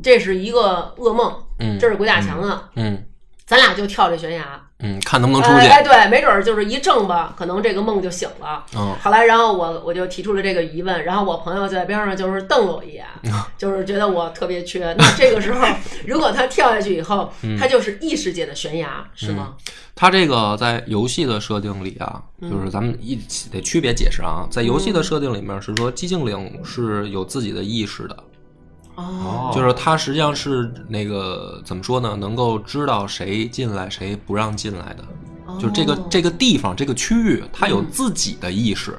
这是一个噩梦，
嗯
这是鬼打墙啊，
嗯
咱俩就跳这悬崖。
嗯，看能不能出
哎
去。
哎，对，没准儿就是一挣吧，可能这个梦就醒了。
嗯
后来，然后我我就提出了这个疑问，然后我朋友就在边上就是瞪了我一眼，
嗯
就是觉得我特别缺。那这个 时候，如果他跳下去以后，
嗯
他就是异世界的悬崖，是吗？
它这个在游戏的设定里啊，
嗯
就是咱们一起得区别解释啊，在游戏的设定里面是说寂静岭是有自己的意识的，
哦，
哦
就是它实际上是那个怎么说呢，能够知道谁进来谁不让进来的，
哦
就这个这
个
个地方这个区域它有
嗯
自己的意识。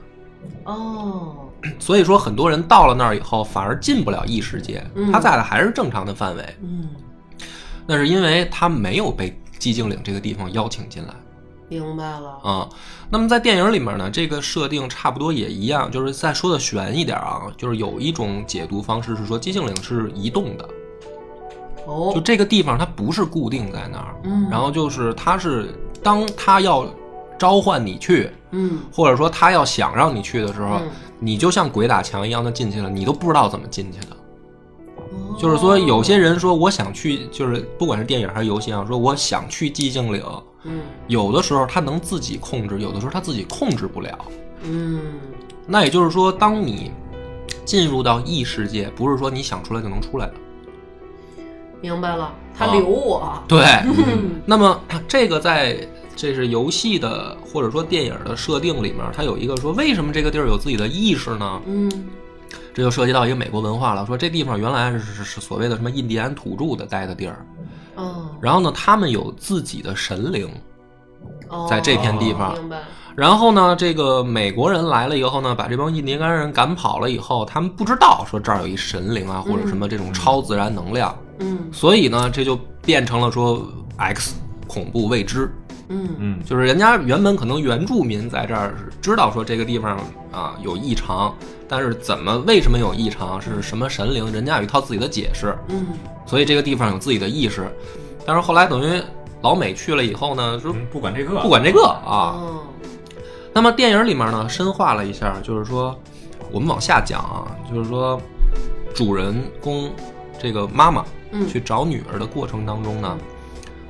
哦，
所以说，很多人到了那儿以后，反而进不了异世界
嗯，
他在的还是正常的范围，
嗯，
那是因为他没有被寂静岭这个地方邀请进来
明白了。
啊、那么在电影里面呢，这个设定差不多也一样，就是再说的悬一点啊，就是有一种解读方式是说寂静岭是移动的，就
哦，
这个地方它不是固定在那儿，
嗯
然后就是它是当它要召唤你去，
嗯
或者说他要想让你去的时候，
嗯
你就像鬼打墙一样的进去了，你都不知道怎么进去的。
哦
就是说，有些人说我想去，就是不管是电影还是游戏啊，说我想去寂静岭，
嗯
有的时候他能自己控制，有的时候他自己控制不了。
嗯
那也就是说，当你进入到异世界，不是说你想出来就能出来的。
明白了，他
啊
留我。
对，
嗯
那么这个在这是游戏的或者说电影的设定里面，它有一个说为什么这个地儿有自己的意识呢？
嗯
这就涉及到一个美国文化了，说这地方原来是是是所谓的什么印第安土著的待的地儿，
哦
然后呢，他们有自己的神灵。
哦，
在这片地方
明白，
然后呢，这个美国人来了以后呢，把这帮印第安人赶跑了以后，他们不知道说这儿有一神灵啊，或者什么这种超自然能量，
嗯
所以呢，这就变成了说 X 恐怖未知，
嗯
嗯
就是人家原本可能原住民在这儿是知道说这个地方啊有异常，但是怎么为什么有异常，是什么神灵，人家有一套自己的解释，
嗯
所以这个地方有自己的意识，但是后来等于老美去了以后呢，说
嗯，不管这个，
不管这个啊，
哦
那么电影里面呢，深化了一下，就是说，我们往下讲啊，就是说，主人公这个妈妈
嗯
去找女儿的过程当中呢，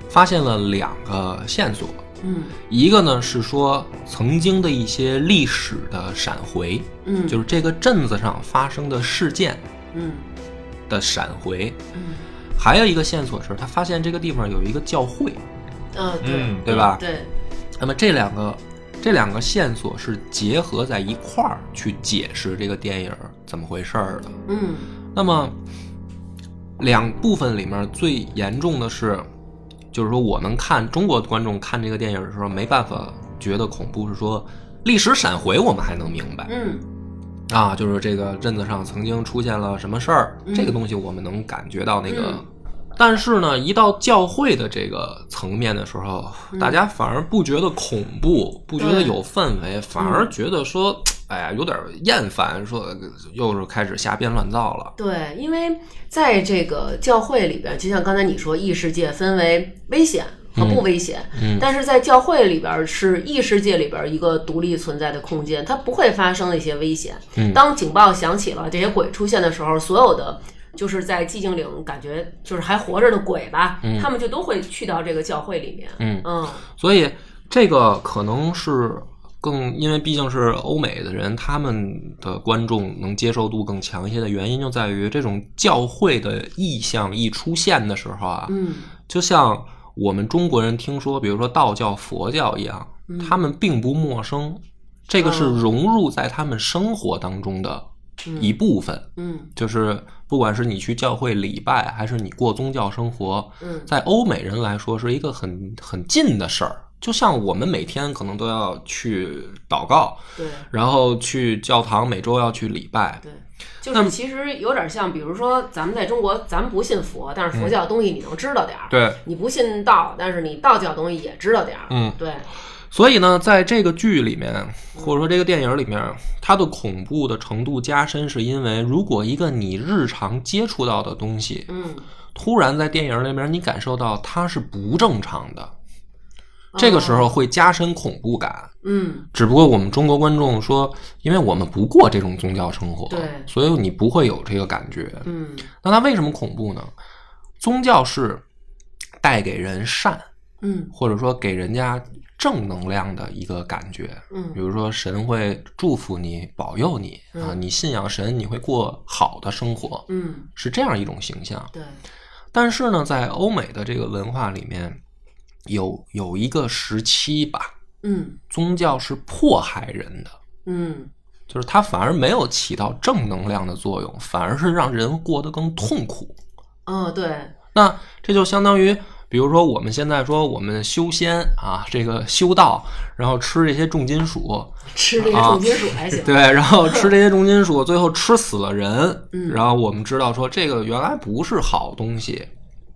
发现了两个线索，
嗯
一个呢是说曾经的一些历史的闪回，
嗯
就是这个镇子上发生的事件
嗯
的闪回，
嗯
还有一个线索是，他发现这个地方有一个教会，
啊对
嗯，
对吧？
对
那么这两个这两个线索是结合在一块儿去解释这个电影怎么回事儿的。
嗯
那么两部分里面最严重的是，就是说我们看中国观众看这个电影的时候没办法觉得恐怖，是说历史闪回我们还能明白
嗯
啊，就是这个镇子上曾经出现了什么事儿，
嗯
这个东西我们能感觉到那个
嗯。
但是呢，一到教会的这个层面的时候，大家反而不觉得恐怖，不觉得
嗯对嗯
有氛围，反而觉得说，哎呀，有点厌烦，说呃又是开始瞎编乱造了。
对，因为在这个教会里边，就像刚才你说，异世界分为危险和不危险，
嗯
但是在教会里边儿是异世界里边儿一个独立存在的空间，它不会发生一些危险。
嗯
当警报响起了，这些鬼出现的时候，所有的就是在寂静岭感觉就是还活着的鬼吧，他们就都会去到这个教会里面。
嗯
嗯
所以这个可能是更，因为毕竟是欧美的人，他们的观众能接受度更强一些的原因，就在于这种教会的意象一出现的时候啊，
嗯
就像我们中国人听说，比如说道教、佛教一样，他们并不陌生，这个是
嗯
融入在他们生活当中的一部分。
嗯
就是不管是你去教会礼拜，还是你过宗教生活，
嗯
在欧美人来说是一个很很近的事儿。就像我们每天可能都要去祷告，
对
然后去教堂，每周要去礼拜。
对，就是其实有点像，比如说咱们在中国，咱们不信佛，但是佛教东西你能知道点儿。
嗯对，
你不信道，但是你道教东西也知道点儿。
嗯，
对，
所以呢，在这个剧里面，或者说这个电影里面，它的恐怖的程度加深，是因为如果一个你日常接触到的东西，
嗯，
突然在电影里面你感受到它是不正常的，这个时
候，
候会加深恐怖感。
嗯
只不过我们中国观众说，因为我们不过这种宗教生活，
对
所以你不会有这个感觉。
嗯
那它为什么恐怖呢？宗教是带给人善，
嗯
或者说给人家正能量的一个感觉。比
嗯
如说，神会祝福你、保佑你啊，你信仰神，你会过好的生活，
嗯，
是这样一种形象。
对，
但是呢，在欧美的这个文化里面，有有一个时期吧，
嗯
宗教是迫害人的，
嗯
就是它反而没有起到正能量的作用，反而是让人过得更痛苦。
哦，对，
那这就相当于，比如说我们现在说我们修仙啊，这个修道，然后吃这些重金属，
吃这个重金属还行。
啊 对，然后吃这些重金属，最后吃死了人。
嗯
然后我们知道说这个原来不是好东西，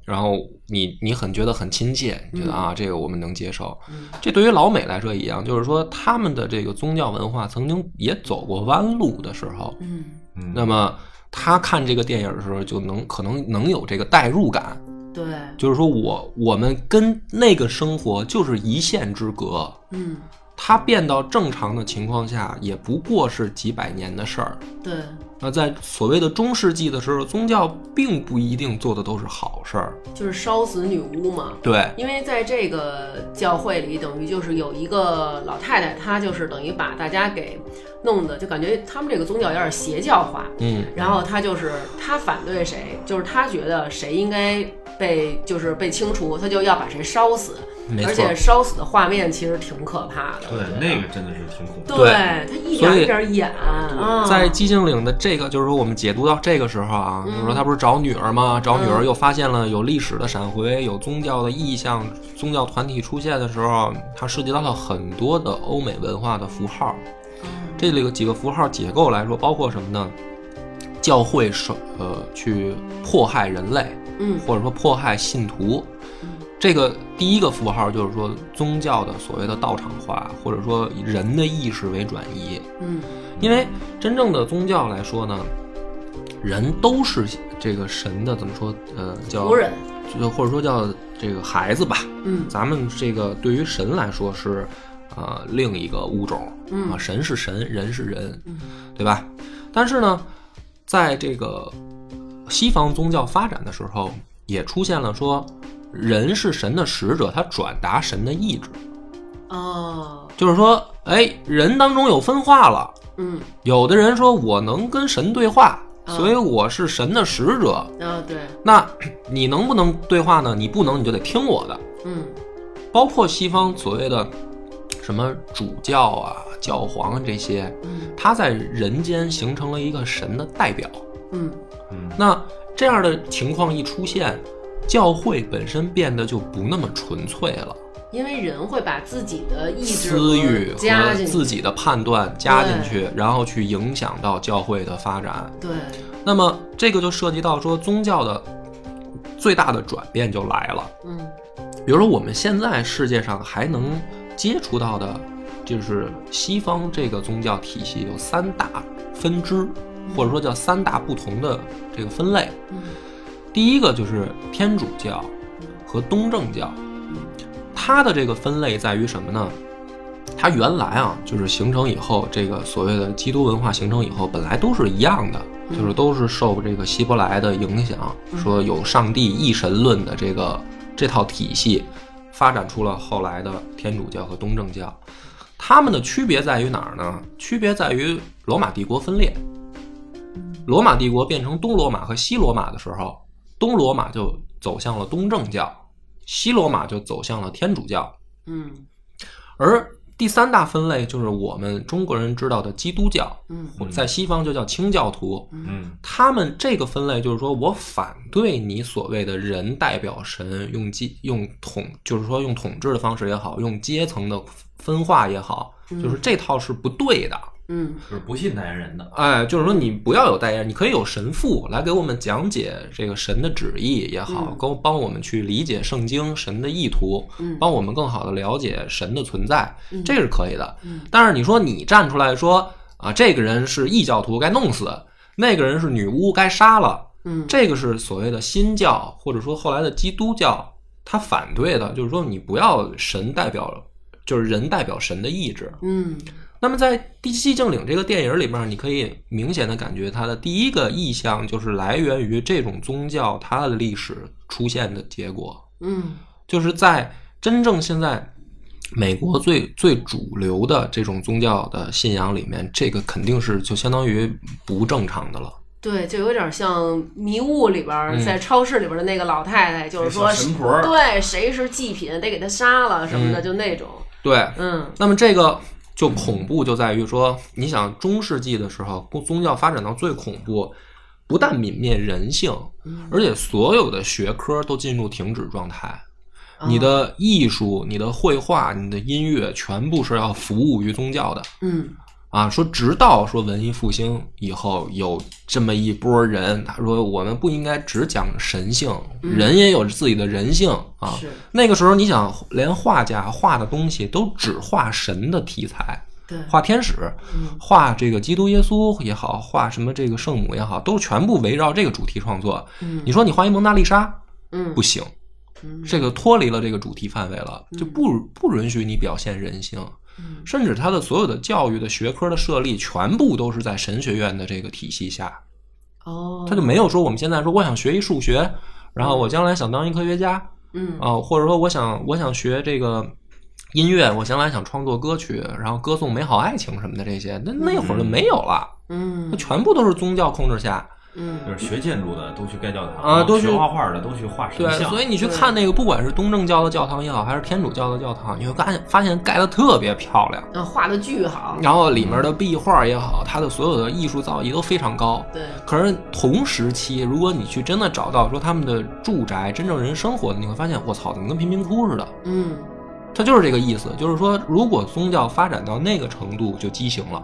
然后你你很觉得很亲切，你觉得啊、这个我们能接受。
嗯
这对于老美来说也一样，就是说他们的这个宗教文化曾经也走过弯路的时候，
嗯，
嗯
那么他看这个电影的时候就能可能能有这个代入感，
对，
就是说我我们跟那个生活就是一线之隔，
嗯
它变到正常的情况下，也不过是几百年的事儿。
对，
那在所谓的中世纪的时候，宗教并不一定做的都是好事儿。
就是烧死女巫嘛。
对，
因为在这个教会里，等于就是有一个老太太，她就是等于把大家给弄的，就感觉他们这个宗教有点邪教化。
嗯
然后她就是她反对谁，就是她觉得谁应该被就是被清除，她就要把谁烧死。
没
而
错
且，烧死的画面其实挺可怕的。
对，那个真的是挺恐怖。
对
对
他一
所
点
以
一点演啊，
在寂静岭的这个，就是说我们解读到这个时候啊，
嗯
就是说他不是找女儿吗？找女儿又发现了有历史的闪回，有宗教的意象，宗教团体出现的时候，它涉及到了很多的欧美文化的符号。
嗯
这里有几个符号结构来说，包括什么呢？教会手呃去迫害人类，
嗯
或者说迫害信徒
嗯。
这个第一个符号就是说宗教的所谓的道场化，或者说以人的意识为转移。
嗯
因为真正的宗教来说呢，人都是这个神的怎么说？呃，叫
仆人，
就或者说叫这个孩子吧。
嗯
咱们这个对于神来说是，呃，另一个物种，
嗯
啊，神是神，人是人，
嗯
对吧？但是呢，在这个西方宗教发展的时候，也出现了说，人是神的使者，他转达神的意志，
哦
就是说，哎，人当中有分化了，
嗯
有的人说我能跟神对话，
嗯
所以我是神的使者。
啊对
那 你能不能对话呢？你不能，你就得听我的。
嗯
包括西方所谓的什么主教啊、教皇这些，
嗯
他在人间形成了一个神的代表。
嗯
嗯，
那这样的情况一出现，教会本身变得就不那么纯粹了，
因为人会把自己的意志
私欲
和加
和
进
自
去，
己的判断加进去，然后去影响到教会的发展。
对，
那么这个就涉及到说宗教的最大的转变就来了。
嗯
比如说我们现在世界上还能接触到的，就是西方这个宗教体系有三大分支，或者说叫三大不同的这个分类。
嗯
第一个就是天主教和东正教，它的这个分类在于什么呢？它原来啊，就是形成以后，这个所谓的基督文化形成以后，本来都是一样的，
嗯
就是都是受这个希伯来的影响，
嗯
说有上帝一神论的这个这套体系，发展出了后来的天主教和东正教。它们的区别在于哪儿呢？区别在于罗马帝国分裂，罗马帝国变成东罗马和西罗马的时候，东罗马就走向了东正教，西罗马就走向了天主教。
嗯
而第三大分类就是我们中国人知道的基督教，
嗯
或者在西方就叫清教徒。
嗯
他们这个分类就是说我反对你所谓的人代表神，用阶用统，就是说用统治的方式也好，用阶层的分化也好，就是这套是不对的。
嗯
就是不信代言人的。
哎，就是说你不要有代言人，你可以有神父来给我们讲解这个神的旨意也好
嗯，
跟帮我们去理解圣经、神的意图，
嗯
帮我们更好的了解神的存在，
嗯
这是可以的
嗯。
但是你说你站出来说啊，这个人是异教徒，该弄死；那个人是女巫，该杀了。
嗯
这个是所谓的新教，或者说后来的基督教，他反对的就是说你不要神代表，就是人代表神的意志。
嗯
那么在《第七静岭》这个电影里面，你可以明显的感觉它的第一个意象就是来源于这种宗教它的历史出现的结果，
嗯
就是在真正现在美国最最主流的这种宗教的信仰里面，这个肯定是就相当于不正常的了。
对，就有点像《迷雾》里边儿，
嗯
在超市里边儿的那个老太太，就是说
小神婆
对，谁是祭品，得给她杀了什么
嗯
的，就那种。
对，
嗯
那么这个就恐怖就在于说，你想中世纪的时候，宗教发展到最恐怖，不但泯灭人性，而且所有的学科都进入停止状态。
啊哦
你的艺术、你的绘画、你的音乐，全部是要服务于宗教的
嗯
啊。说直到说文艺复兴以后，有这么一波人，他说我们不应该只讲神性，人也有自己的人性啊。
是
那个时候，你想，连画家画的东西都只画神的题材，
对，嗯
画天使，画这个基督耶稣也好，画什么这个圣母也好，都全部围绕这个主题创作。
嗯
你说你画一蒙娜丽莎
嗯
不行，
嗯
这个脱离了这个主题范围了，就不不允许你表现人性。
嗯
甚至他的所有的教育的学科的设立，全部都是在神学院的这个体系下，
哦，
他就没有说我们现在说我想学一数学，然后我将来想当一科学家，
嗯
啊，或者说我想我想学这个音乐，我将来想创作歌曲，然后歌颂美好爱情什么的这些，那那会儿就没有了，
嗯
那全部都是宗教控制下。
嗯
就是学建筑的都去盖教堂
啊都去
学画画的都去画神
对，
像，
所以你去看那个，不管是东正教的教堂也好，还是天主教的教堂，你会发现发现盖得特别漂亮，
嗯，画的巨好，
然后里面的壁画也好，它的所有的艺术造诣都非常高。
对，
可是同时期，如果你去真的找到说他们的住宅真正人生活的，你会发现，我操，怎么跟贫民窟似的？
嗯
它就是这个意思，就是说，如果宗教发展到那个程度，就畸形了。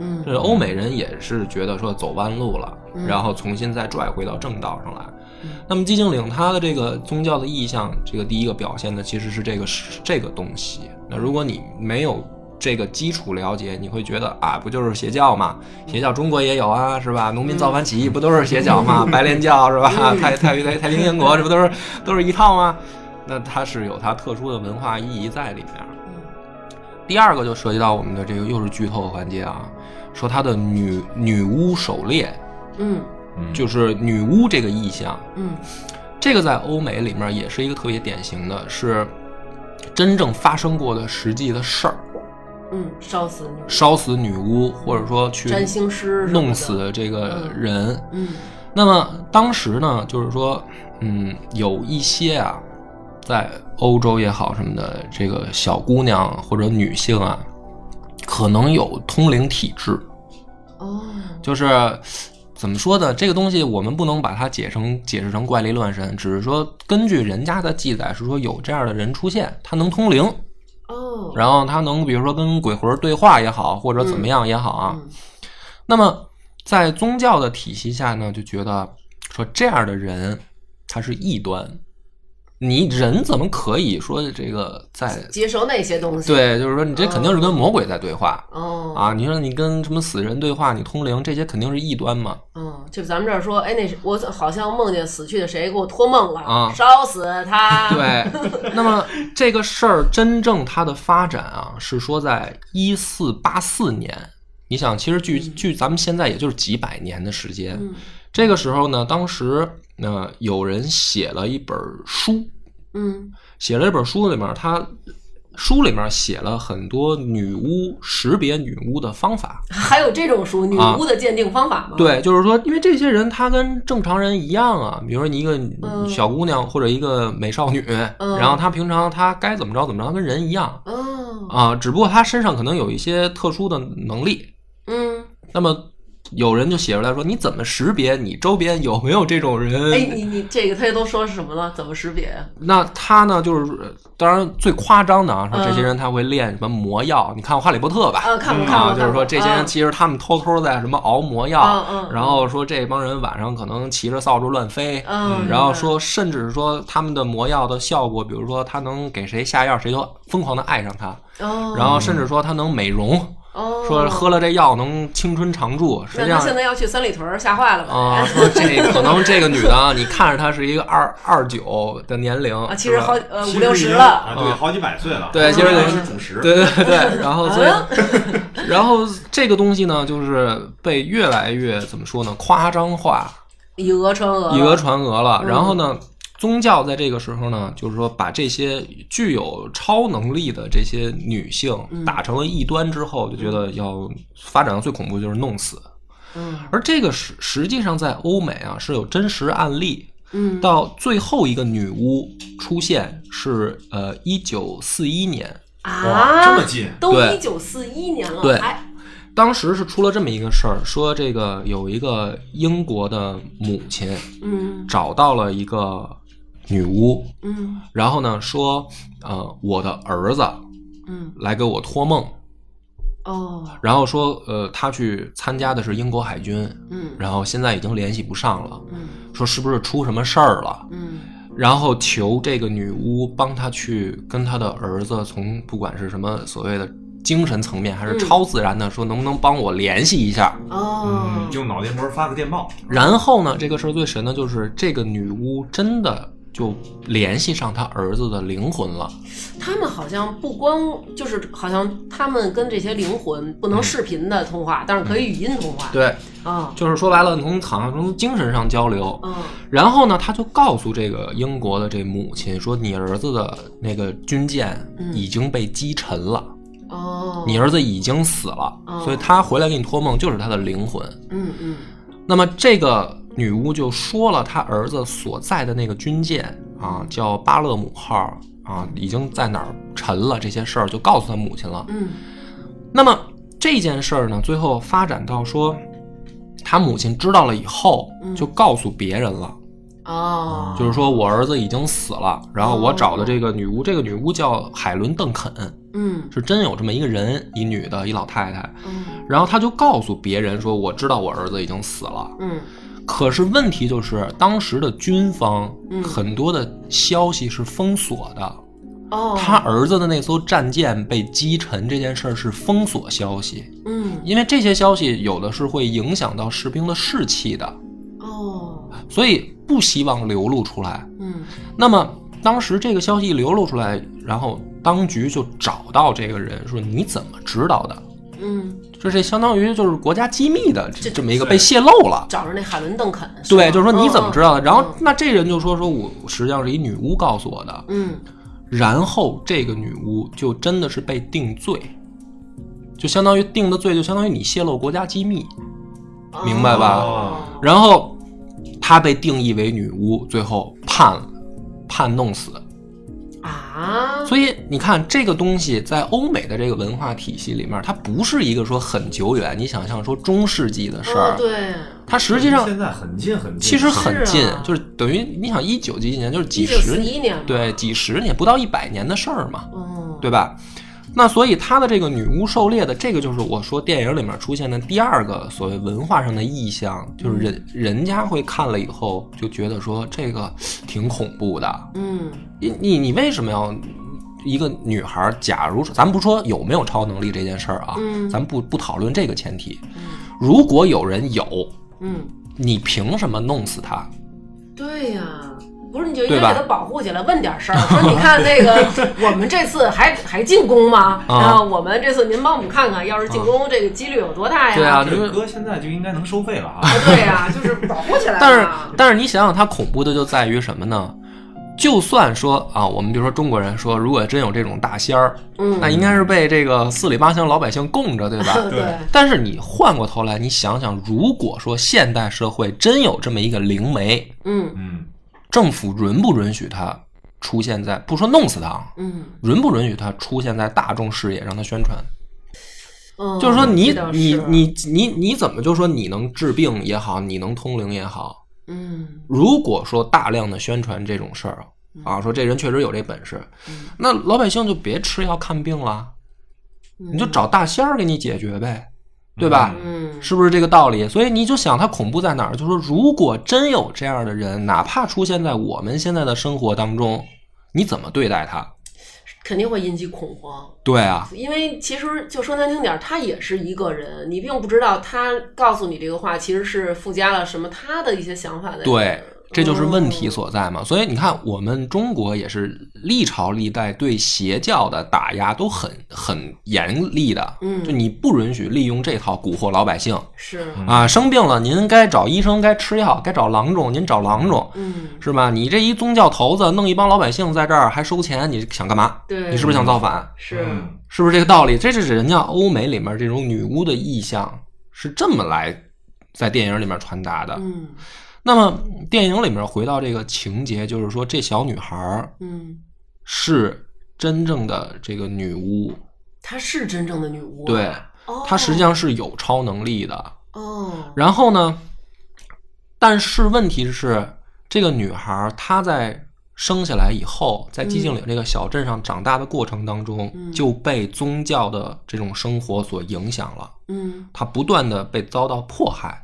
嗯
这欧美人也是觉得说走弯路了，
嗯
然后重新再拽回到正道上来
嗯。
那么寂静岭它的这个宗教的意象，这个第一个表现的其实是这个是这个东西。那如果你没有这个基础了解，你会觉得啊，不就是邪教嘛？
嗯
邪教中国也有啊，是吧？农民造反起义不都是邪教 嘛？白莲教是吧？
嗯
太太太太平天国这不都是都是一套吗？那它是有它特殊的文化意义在里面。第二个就涉及到我们的这个又是剧透环节啊，说她的女女巫狩猎，
嗯
嗯
就是女巫这个意象，
嗯
这个在欧美里面也是一个特别典型的，是真正发生过的实际的事儿，
嗯，烧死你，
烧死女巫，或者说去
占星师什么的
弄死这个人。
嗯
那么当时呢，就是说，嗯，有一些啊，在欧洲也好什么的，这个小姑娘或者女性啊，可能有通灵体质，
哦，
就是怎么说呢？这个东西我们不能把它解成解释成怪力乱神，只是说根据人家的记载是说有这样的人出现，他能通灵，
哦，
然后他能比如说跟鬼魂对话也好，或者怎么样也好啊。
嗯
那么在宗教的体系下呢，就觉得说这样的人他是异端，你人怎么可以说这个在
接受那些东西，，
对，就是说你这肯定是跟魔鬼在对话。
哦，
啊，你说你跟什么死人对话，你通灵，这些肯定是异端嘛。
嗯，就咱们这儿说，哎，那是我好像梦见死去的谁给我托梦了，
啊
烧死他，，
对，那么这个事儿真正它的发展啊，是说在一四八四年。你想，其实距距咱们现在也就是几百年的时间。
嗯
这个时候呢，当时呢有人写了一本书，
嗯
写了一本书里面，他书里面写了很多女巫识别女巫的方法。
还有这种书，女巫的鉴定方法吗？，
啊对，就是说，因为这些人他跟正常人一样啊，比如说你一个
嗯
小姑娘或者一个美少女，
嗯
然后她平常她该怎么着怎么着，她跟人一样
哦，
啊，只不过她身上可能有一些特殊的能力。
嗯，
那么有人就写出来说，你怎么识别你周边有没有这种
哎，
人？
你你这个他都说是什么了？怎么识别？啊
那他呢，就是当然最夸张的啊，说
嗯
这些人他会练什么魔药，你看《哈利波特》吧。
啊，看过看过，
啊，就是说这些人其实他们偷偷在什么熬魔药，
嗯嗯嗯
然后说这帮人晚上可能骑着扫帚乱飞，
嗯，嗯，
然后说，甚至是说他们的魔药的效果，比如说他能给谁下药，谁就疯狂的爱上他，
哦，
然后甚至说他能美容，
哦，
说喝了这药能青春常驻，实
那
际
他
上
现在要去三里屯儿，吓坏了吧？
啊、说这可能这个女的啊，你看着她是一个二二九的年龄
啊，其
是
实
吧
好呃
其
五
实
六
已
十
经
了，
啊，对，好几百岁了，
嗯对
其实
当
得
时主食，
对对对，然后所以
啊，
然后这个东西呢，就是被越来越怎么说呢，夸张化，
以讹传讹，
以讹，传讹了。
呃嗯
然后呢，宗教在这个时候呢，就是说把这些具有超能力的这些女性
嗯
打成了异端之后，就觉得要发展到最恐怖就是弄死。
嗯
而这个实实际上在欧美啊是有真实案例。
嗯，
到最后一个女巫出现是呃一九四一年，
啊，
哇，这么近，
都
对
一九四一年了，
对
还
当时是出了这么一个事儿，说这个有一个英国的母亲
嗯
找到了一个女巫，
嗯
然后呢说，呃，我的儿子
嗯，
来给我托梦，
哦，
然后说，呃，他去参加的是英国海军，
嗯
然后现在已经联系不上了，
嗯
说是不是出什么事儿了？
嗯
然后求这个女巫帮他去跟他的儿子从不管是什么所谓的精神层面还是
嗯
超自然的，说能不能帮我联系一下？
哦
嗯，，用脑电波发个电报，
然后呢，这个事儿最神的就是这个女巫真的就联系上她儿子的灵魂了。
他们好像不光就是好像他们跟这些灵魂不能视频的通话，但是可以语音通话，
对，
啊，
就是说白了，从好像从精神上交流。
嗯
然后呢，他就告诉这个英国的这母亲说：“你儿子的那个军舰
嗯
已经被击沉了，
哦，
你儿子已经死了，
哦
所以他回来给你托梦就是他的灵魂。”
嗯嗯
那么这个女巫就说了她儿子所在的那个军舰啊，叫巴勒姆号啊，已经在哪儿沉了这些事儿，就告诉他母亲了。
嗯
那么这件事儿呢，最后发展到说，他母亲知道了以后，就告诉别人了，
哦，
就是说我儿子已经死了，然后我
哦
找的这个女巫，这个女巫叫海伦·邓肯，
嗯
是真有这么一个人，一女的，一老太太。
嗯
然后她就告诉别人说，我知道我儿子已经死了。
嗯
可是问题就是，当时的军方
嗯
很多的消息是封锁的，
哦，
他儿子的那艘战舰被击沉这件事儿是封锁消息，
嗯
因为这些消息有的是会影响到士兵的士气的，
哦
所以不希望流露出来。
嗯
那么当时这个消息流露出来，然后当局就找到这个人，说你怎么知道的？
嗯，
就这相当于就是国家机密的这
这
这么一个
对
被泄露了。
找着那海伦邓肯，
对，就是说你怎么知道的？
嗯
然后那这人就说说我实际上是一女巫告诉我的，
嗯
然后这个女巫就真的是被定罪，就相当于定的罪就相当于你泄露国家机密，
嗯
明白吧
哦
然后她被定义为女巫，最后判判弄死。
啊，
所以你看这个东西在欧美的这个文化体系里面，它不是一个说很久远，你想象说中世纪的事
哦
儿，
对，
它实际上
现在很近很近，
其实很近
是啊，
就是等于你想一九几几年就是几
一九
十
四
年，
一年，，
对，几十年不到一百年的事儿嘛。
嗯
对吧？那所以她的这个女巫狩猎的，这个就是我说电影里面出现的第二个所谓文化上的意象，就是人
嗯
人家会看了以后就觉得说这个挺恐怖的。
嗯
你你你为什么要一个女孩儿？假如咱不说有没有超能力这件事儿啊，
嗯
咱不不讨论这个前提。如果有人有，
嗯，
你凭什么弄死她？
对呀。不是，你就应
对吧
该给他保护起来，问点事儿。说你看 那个，我们这次还还进攻吗？
啊
啊，我们这次您帮我们看看，要是进攻这个几率有多大哎呀？
对啊，
这
就是
个歌现在就应该能收费了啊。
对呀、 就是保护起来嘛。
但是但是你想想，它恐怖的就在于什么呢？就算说啊，我们比如说中国人说，如果真有这种大仙儿，
嗯
那应该是被这个四里八乡老百姓供着，对 吧？
对，
但是你换过头来，你想想，如果说现代社会真有这么一个灵媒，
嗯
嗯，
政府允不允许它出现在不说弄死它啊，
嗯
允不允许它出现在大众视野让它宣传？
嗯，
就是说你
这倒是
你你你你怎么就说你能治病也好，你能通灵也好，
嗯
如果说大量的宣传这种事儿啊，说这人确实有这本事，
嗯
那老百姓就别吃药看病了，你就找大仙儿给你解决呗，对吧？
嗯
是不是这个道理？所以你就想它恐怖在哪儿？就说如果真有这样的人，哪怕出现在我们现在的生活当中，你怎么对待他？
肯定会引起恐慌。
对啊，
因为其实就说难听点儿，他也是一个人，你并不知道他告诉你这个话其实是附加了什么他的一些想法的。
对，这就是问
嗯
题所在嘛。所以你看，我们中国也是历朝历代对邪教的打压都很很严厉的，
嗯
就你不允许利用这套蛊惑老百姓
是，
啊。生病了，您该找医生，该吃药，该找郎中，您找郎中。
嗯，
是吧？你这一宗教头子弄一帮老百姓在这儿还收钱，你想干嘛？
对，
你是不是想造反？
是
嗯
是不是这个道理？这就是人家欧美里面这种女巫的意象是这么来在电影里面传达的。
嗯
那么电影里面回到这个情节，就是说这小女孩儿
嗯，
是真正的这个女巫，
她是真正的女巫啊。
对，
哦，
她实际上是有超能力的。
哦，
然后呢，但是问题是，这个女孩儿她在生下来以后，在寂静岭这个小镇上长大的过程当中，
嗯
就被宗教的这种生活所影响了，
嗯
她不断的被遭到迫害。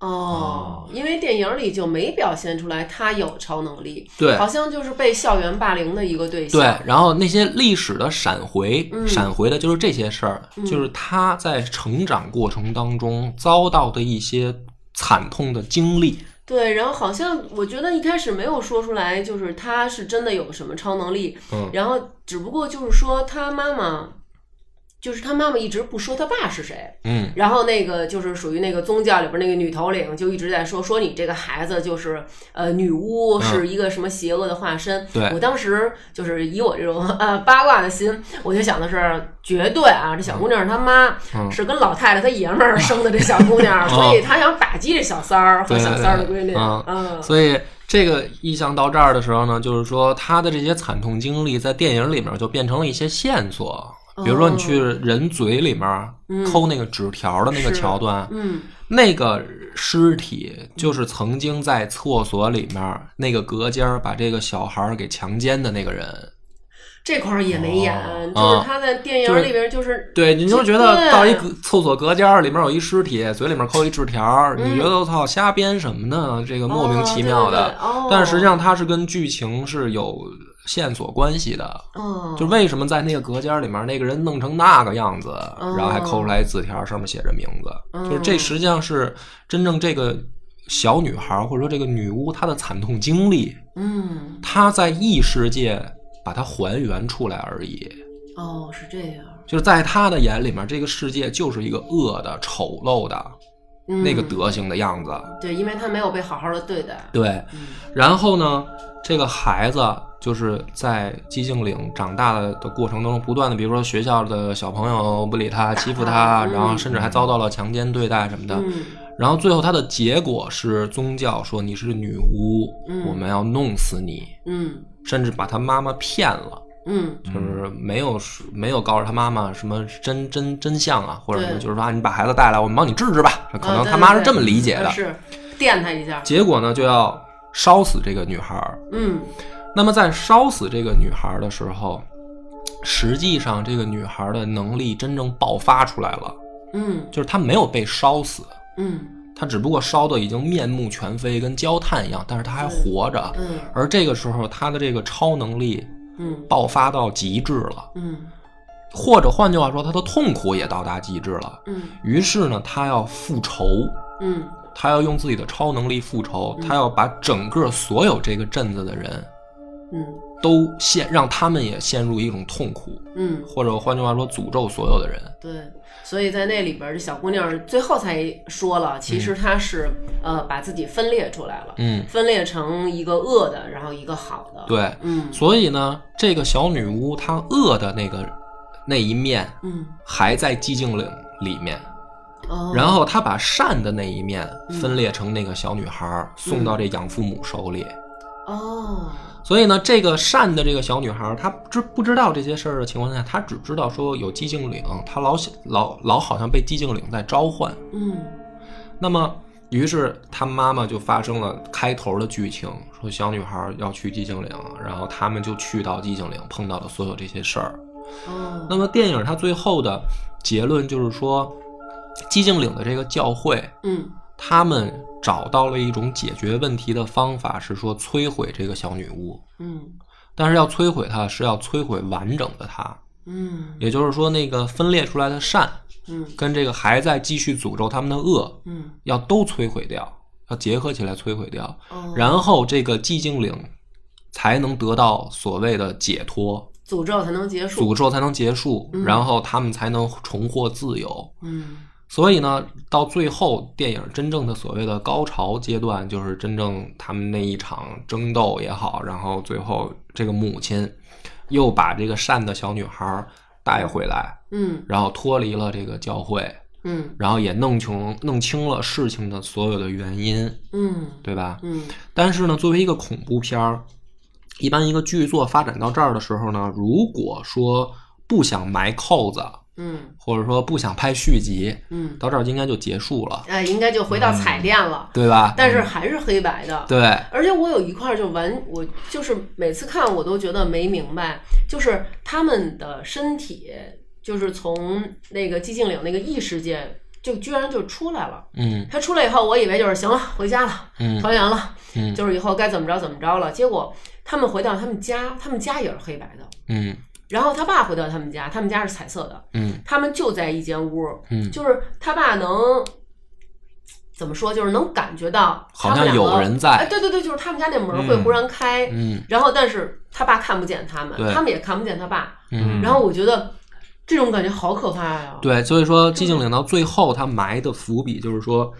哦，因为电影里就没表现出来她有超能力，
对
好像就是被校园霸凌的一个对象。
对，然后那些历史的闪回，
嗯
闪回的就是这些事儿，就是他在成长过程当中遭到的一些惨痛的经历。
对，然后好像我觉得一开始没有说出来，就是他是真的有什么超能力，
嗯
然后只不过就是说他妈妈。就是他妈妈一直不说他爸是谁，
嗯
然后那个就是属于那个宗教里边那个女头领就一直在说说你这个孩子就是呃女巫
嗯
是一个什么邪恶的化身。
对
我当时就是以我这种呃八卦的心，我就想的是绝对啊，这小姑娘是她妈、
嗯
是跟老太太她爷们儿生的这小姑娘，
哦
所以她想打击这小三儿和
对
小三儿的闺
对
女。
嗯
嗯，
所以这个意象到这儿的时候呢，就是说他的这些惨痛经历在电影里面就变成了一些线索，比如说你去人嘴里面抠那个纸条的那个
哦嗯是
桥段，
嗯
那个尸体就是曾经在厕所里面那个隔间儿把这个小孩儿给强奸的那个人。
这块儿也没演，
哦
就是
啊
她在电影里边就是
对，你就觉
对
得到一隔厕所隔间儿里面有一尸体，嘴里面抠一纸条儿，
嗯
你觉得我操瞎编什么呢？这个莫名其妙的。
哦对对对哦、
但实际上它是跟剧情是有线索关系的。
嗯，
就为什么在那个隔间里面那个人弄成那个样子，
哦
然后还抠出来字条，上面写着名
嗯
字，就是这实际上是真正这个小女孩或者说这个女巫她的惨痛经历，
嗯
她在异世界把它还原出来而已。
哦是这样，
就是在她的眼里面，这个世界就是一个恶的、丑陋的
嗯、
那个德行的样子。
对，因为他没有被好好的对待。
对，
嗯
然后呢，这个孩子就是在寂静岭长大的的过程当中，不断的，比如说学校的小朋友不理他、欺负他，
嗯
然后甚至还遭到了强奸对待什么的。
嗯
然后最后他的结果是宗教说你是女巫，
嗯
我们要弄死你，
嗯
甚至把他妈妈骗了。
嗯
就是没有说没有告诉他妈妈什么真真真相啊，或者什么
对
就是说啊，你把孩子带来，我们帮你治治吧。可
啊
能
对
他妈
对
是这么理解的。
啊是电他一下。
结果呢，就要烧死这个女孩儿。
嗯
那么在烧死这个女孩的时候，实际上这个女孩的能力真正爆发出来了，
嗯
就是她没有被烧死，
嗯
她只不过烧的已经面目全非，跟焦炭一样，但是她还活着。
嗯
而这个时候，她的这个超能力
嗯
爆发到极致了，
嗯
或者换句话说，她的痛苦也到达极致了。
嗯
于是呢，她要复仇，
嗯
她要用自己的超能力复仇，她要把整个所有这个镇子的人
嗯
都陷，让他们也陷入一种痛苦。
嗯，
或者换句话说，诅咒所有的人。
对。所以在那里边儿，这小姑娘最后才说了，其实她是、呃把自己分裂出来了，
嗯，
分裂成一个恶的，然后一个好的。，
对。
嗯
所以呢，这个小女巫她恶的那个那一面
嗯
还在寂静岭里面，
哦，
然后她把善的那一面分裂成那个小女孩，儿送到这养父母手里。
哦
所以呢，这个善的这个小女孩，儿，她知不知道这些事儿的情况下，她只知道说有寂静岭，她老想老老好像被寂静岭在召唤。
嗯
那么，于是他妈妈就发生了开头的剧情，说小女孩要去寂静岭，然后他们就去到寂静岭，碰到了所有这些事儿。
哦
那么电影它最后的结论就是说，寂静岭的这个教会，
嗯
他们找到了一种解决问题的方法，是说摧毁这个小女巫。
嗯
但是要摧毁它，是要摧毁完整的它，
嗯
也就是说，那个分裂出来的善
嗯
跟这个还在继续诅咒他们的恶，
嗯
要都摧毁掉，要结合起来摧毁掉，
哦，
然后这个寂静岭才能得到所谓的解脱，
诅咒才能结束。
诅咒才能结束
嗯，
然后他们才能重获自由。
嗯。
所以呢，到最后电影真正的所谓的高潮阶段，就是真正他们那一场争斗也好，然后最后这个母亲又把这个善的小女孩带回来，
嗯
然后脱离了这个教会，
嗯
然后也弄清弄清了事情的所有的原因，
嗯
对吧？
嗯
但是呢，作为一个恐怖片儿，一般一个剧作发展到这儿的时候呢，如果说不想埋扣子，
嗯
或者说不想拍续集，
嗯，
到这儿应该就结束了，
哎，应该就回到彩电了，
对吧？
但是还是黑白的。
对，
而且我有一块儿就完，我就是每次看我都觉得没明白，就是他们的身体，就是从那个寂静岭那个异世界，就居然就出来了。
嗯
他出来以后，我以为就是行了，回家了，
嗯
团圆了，
嗯
就是以后该怎么着怎么着了。结果他们回到他们家，他们家也是黑白的。
嗯
然后他爸回到他们家，他们家是彩色的，
嗯
他们就在一间屋，
嗯，
就是他爸能怎么说，就是能感觉到
好
他们
像
两个
有人
哎，
在，
对对对，就是他们家那门会忽然开，
嗯
然后但是他爸看不见他们，
对
他们也看不见他爸，
嗯
然后我觉得这种感觉好可怕啊呀、
对，所以说寂静岭到最后他埋的伏笔就是说，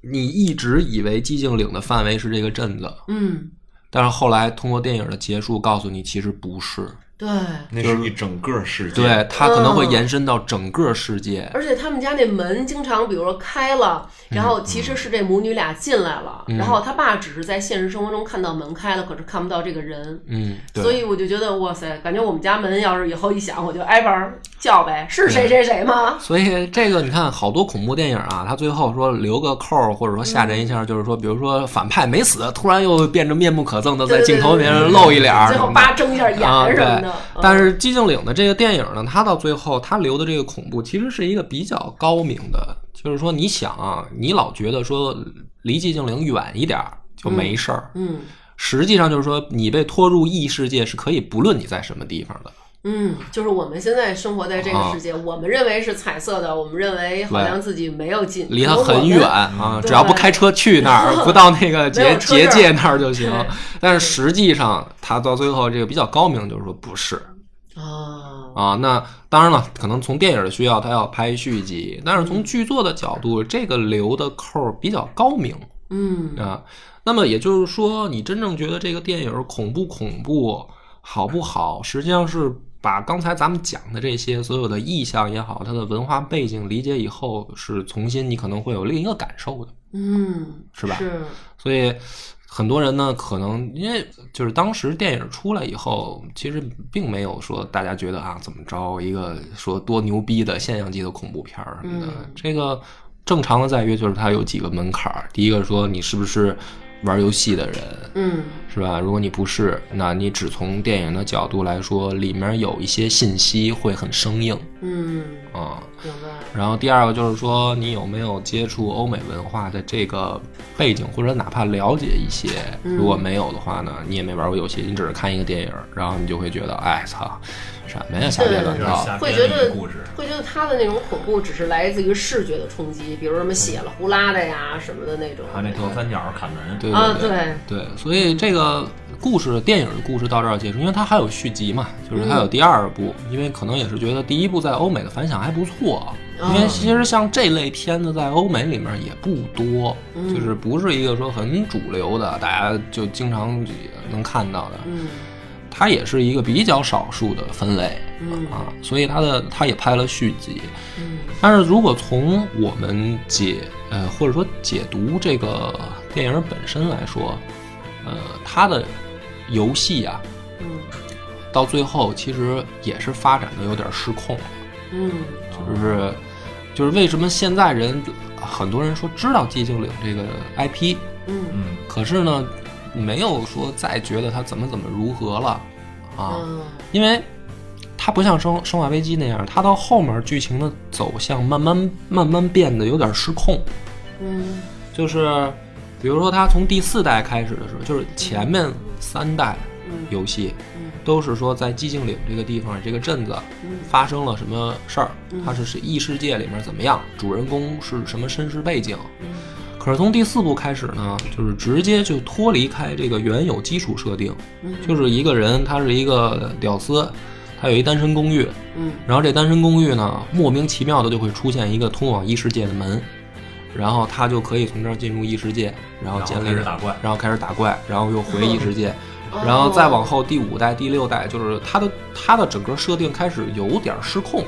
你一直以为寂静岭的范围是这个镇子，
嗯，
但是后来通过电影的结束告诉你，其实不是。
对。
那是一整个世界。
对，它可
嗯
能会延伸到整个世界。
而且他们家那门经常，比如说开了，
嗯
然后其实是这母女俩进来了，然后他爸只是在现实生活中看到门开了，可是看不到这个人，
嗯，
所以我就觉得哇塞，感觉我们家门要是以后一响，我就挨班叫呗，是谁谁谁吗？
所以这个你看，好多恐怖电影啊，它最后说留个扣儿，或者说
嗯
吓人一下，就是说，比如说反派没死，突然又变成面目可憎的，
对
在
对对
镜头
对
面
对
露一脸儿
最
什
后
么的。
叭睁一下眼
啊
什么的。嗯
但是寂静岭的这个电影呢，它到最后它留的这个恐怖，其实是一个比较高明的，就是说你想啊，你老觉得说离寂静岭远一点儿就没事儿，
嗯
实际上就是说你被拖入异世界是可以不论你在什么地方的。
嗯，就是我们现在生活在这个世界，我们认为是彩色的，我们认为好像自己没有进，
离它
可能我
很
们
远。啊，
对
只要不开车去那儿，不到那个
嗯没
结
有车证
结界那儿就行
对。
但是实际上，他到最后这个比较高明，就是说不是
啊，
啊。那当然了，可能从电影的需要，他要拍续集，但是从剧作的角度，这个留的扣儿比较高明
嗯
啊。那么也就是说，你真正觉得这个电影恐不恐怖、好不好，实际上是。把刚才咱们讲的这些所有的意象也好，它的文化背景理解以后，是重新你可能会有另一个感受的。
嗯，
是吧
是，
所以很多人呢，可能因为就是当时电影出来以后，其实并没有说大家觉得啊怎么着一个说多牛逼的现象级的恐怖片儿什么的，
嗯
这个正常的在于就是它有几个门槛儿，第一个说你是不是玩游戏的人。
嗯
是吧？如果你不是，那你只从电影的角度来说，里面有一些信息会很生硬
嗯，
啊、
明白。
然后第二个就是说，你有没有接触欧美文化的这个背景，或者哪怕了解一些？
嗯
如果没有的话呢，你也没玩过游戏，你只是看一个电影，然后你就会觉得，哎操，什么呀，瞎编乱
有
对
点
造。
瞎
会
编
觉
的一
得
个故事。
会觉得他的那种恐怖只是来自于视觉的冲击，比如什么血了呼啦的呀什么的那种。
还有那倒三角砍门，
对
啊，
对
对，
对，所以这个故事，电影的故事到这儿结束，因为它还有续集嘛，就是它有第二部，
嗯
因为可能也是觉得第一部在欧美的反响还不错，因为
嗯
其实像这类片子在欧美里面也不多，
嗯
就是不是一个说很主流的，大家就经常能看到的，
嗯
它也是一个比较少数的分类
嗯
啊，所以它的它也拍了续集，
嗯
但是如果从我们解呃或者说解读这个电影本身来说，呃，它的游戏啊，
嗯
到最后其实也是发展的有点失控了，
嗯
就是就是为什么现在人很多人说知道寂静岭这个 IP，
嗯
嗯，
可是呢没有说再觉得它怎么怎么如何了啊，
嗯
因为它不像生生化危机那样，它到后面剧情的走向慢慢慢慢变得有点失控。
嗯
就是比如说它从第四代开始的时候，就是前面三代
嗯
游戏
嗯
都是说在寂静岭这个地方这个镇子
嗯
发生了什么事儿
嗯，
它是是异世界里面怎么样，主人公是什么身世背景。
嗯
可是从第四部开始呢，就是直接就脱离开这个原有基础设定，
嗯
就是一个人他是一个屌丝，他有一单身公寓，
嗯
然后这单身公寓呢，莫名其妙的就会出现一个通往异世界的门，然后他就可以从这儿进入异世界，然后
然后
建立
开始打怪
然后开始打怪，然后又回异世界，
哦
然后再往后第五代、第六代，就是它的它的整个设定开始有点失控。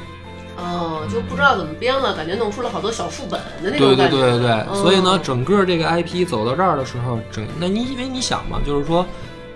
哦，就不知道怎么编了，感觉弄出了好多小副本的那
对
种
对
感觉。
对对对，
嗯
所以呢，整个这个 IP 走到这儿的时候，整那你因为你想嘛，就是说，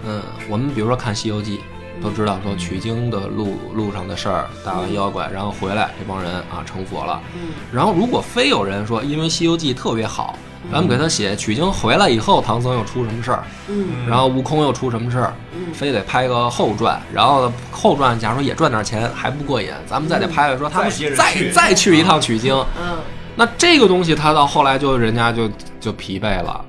嗯，我们比如说看《西游记》。都知道说取经的路路上的事儿，打完妖怪，然后回来，这帮人啊成佛了，
嗯
然后，如果非有人说因为《西游记》特别好，咱们给他写取经回来以后，唐僧又出什么事儿，
嗯
然后悟空又出什么事儿，
嗯
非得拍个后传，然后后传假如说也赚点钱还不过瘾，咱们再得拍个说他们
再接着
再
去
再去一趟取经，
嗯，
那这个东西他到后来就人家就就疲惫了。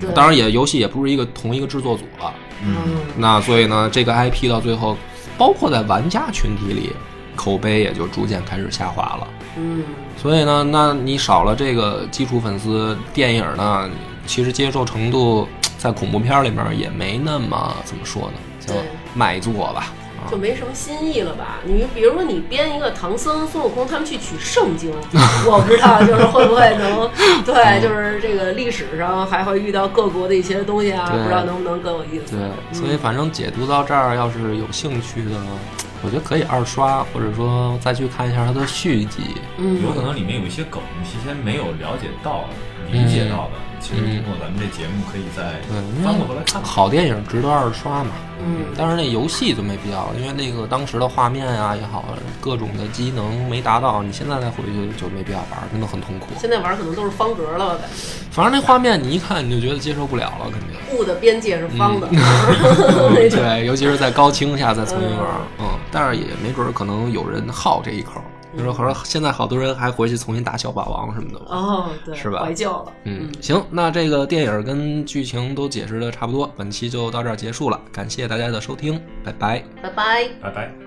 对，
当然也游戏也不是一个同一个制作组了，
嗯
那所以呢，这个 IP 到最后，包括在玩家群体里，口碑也就逐渐开始下滑了。
嗯
所以呢，那你少了这个基础粉丝，电影呢，其实接受程度在恐怖片里面也没那么怎么说呢，叫
对
卖座吧，啊，啊
就。没什么新意了吧？你比如说你编一个唐僧、孙悟空他们去取圣经，我不知道就是会不会能对，就是这个历史上还会遇到各国的一些东西啊，
对
不知道能不能更有意思。
对，所以反正解读到这儿，要是有兴趣的，我觉得可以二刷，或者说再去看一下它的续集。
嗯，
有可能里面有一些梗，你之前没有了解到、理解到的，其实通过咱们这节目可以再
嗯对，因
翻
为
过头来看
嗯
看。
好电影值得二刷嘛。
嗯
但是那游戏就没必要了，因为那个当时的画面啊也好，各种的机能没达到，你现在再回去就没必要玩，真的很痛苦。
现在玩儿可能都是方格了，我感觉
反正那画面你一看你就觉得接受不了了，肯定。
物的边界是方的， 那种。
对，尤其嗯是在高清下再重新玩，嗯，但是也没准儿可能有人好这一口，你说和现在好多人还回去重新打小霸王什么的吧。
哦，对，
是吧
怀旧了，
嗯，行，那这个电影跟剧情都解释的差不多，本期就到这儿结束了，感谢大家的收听，拜拜。
嗯拜拜。
拜拜。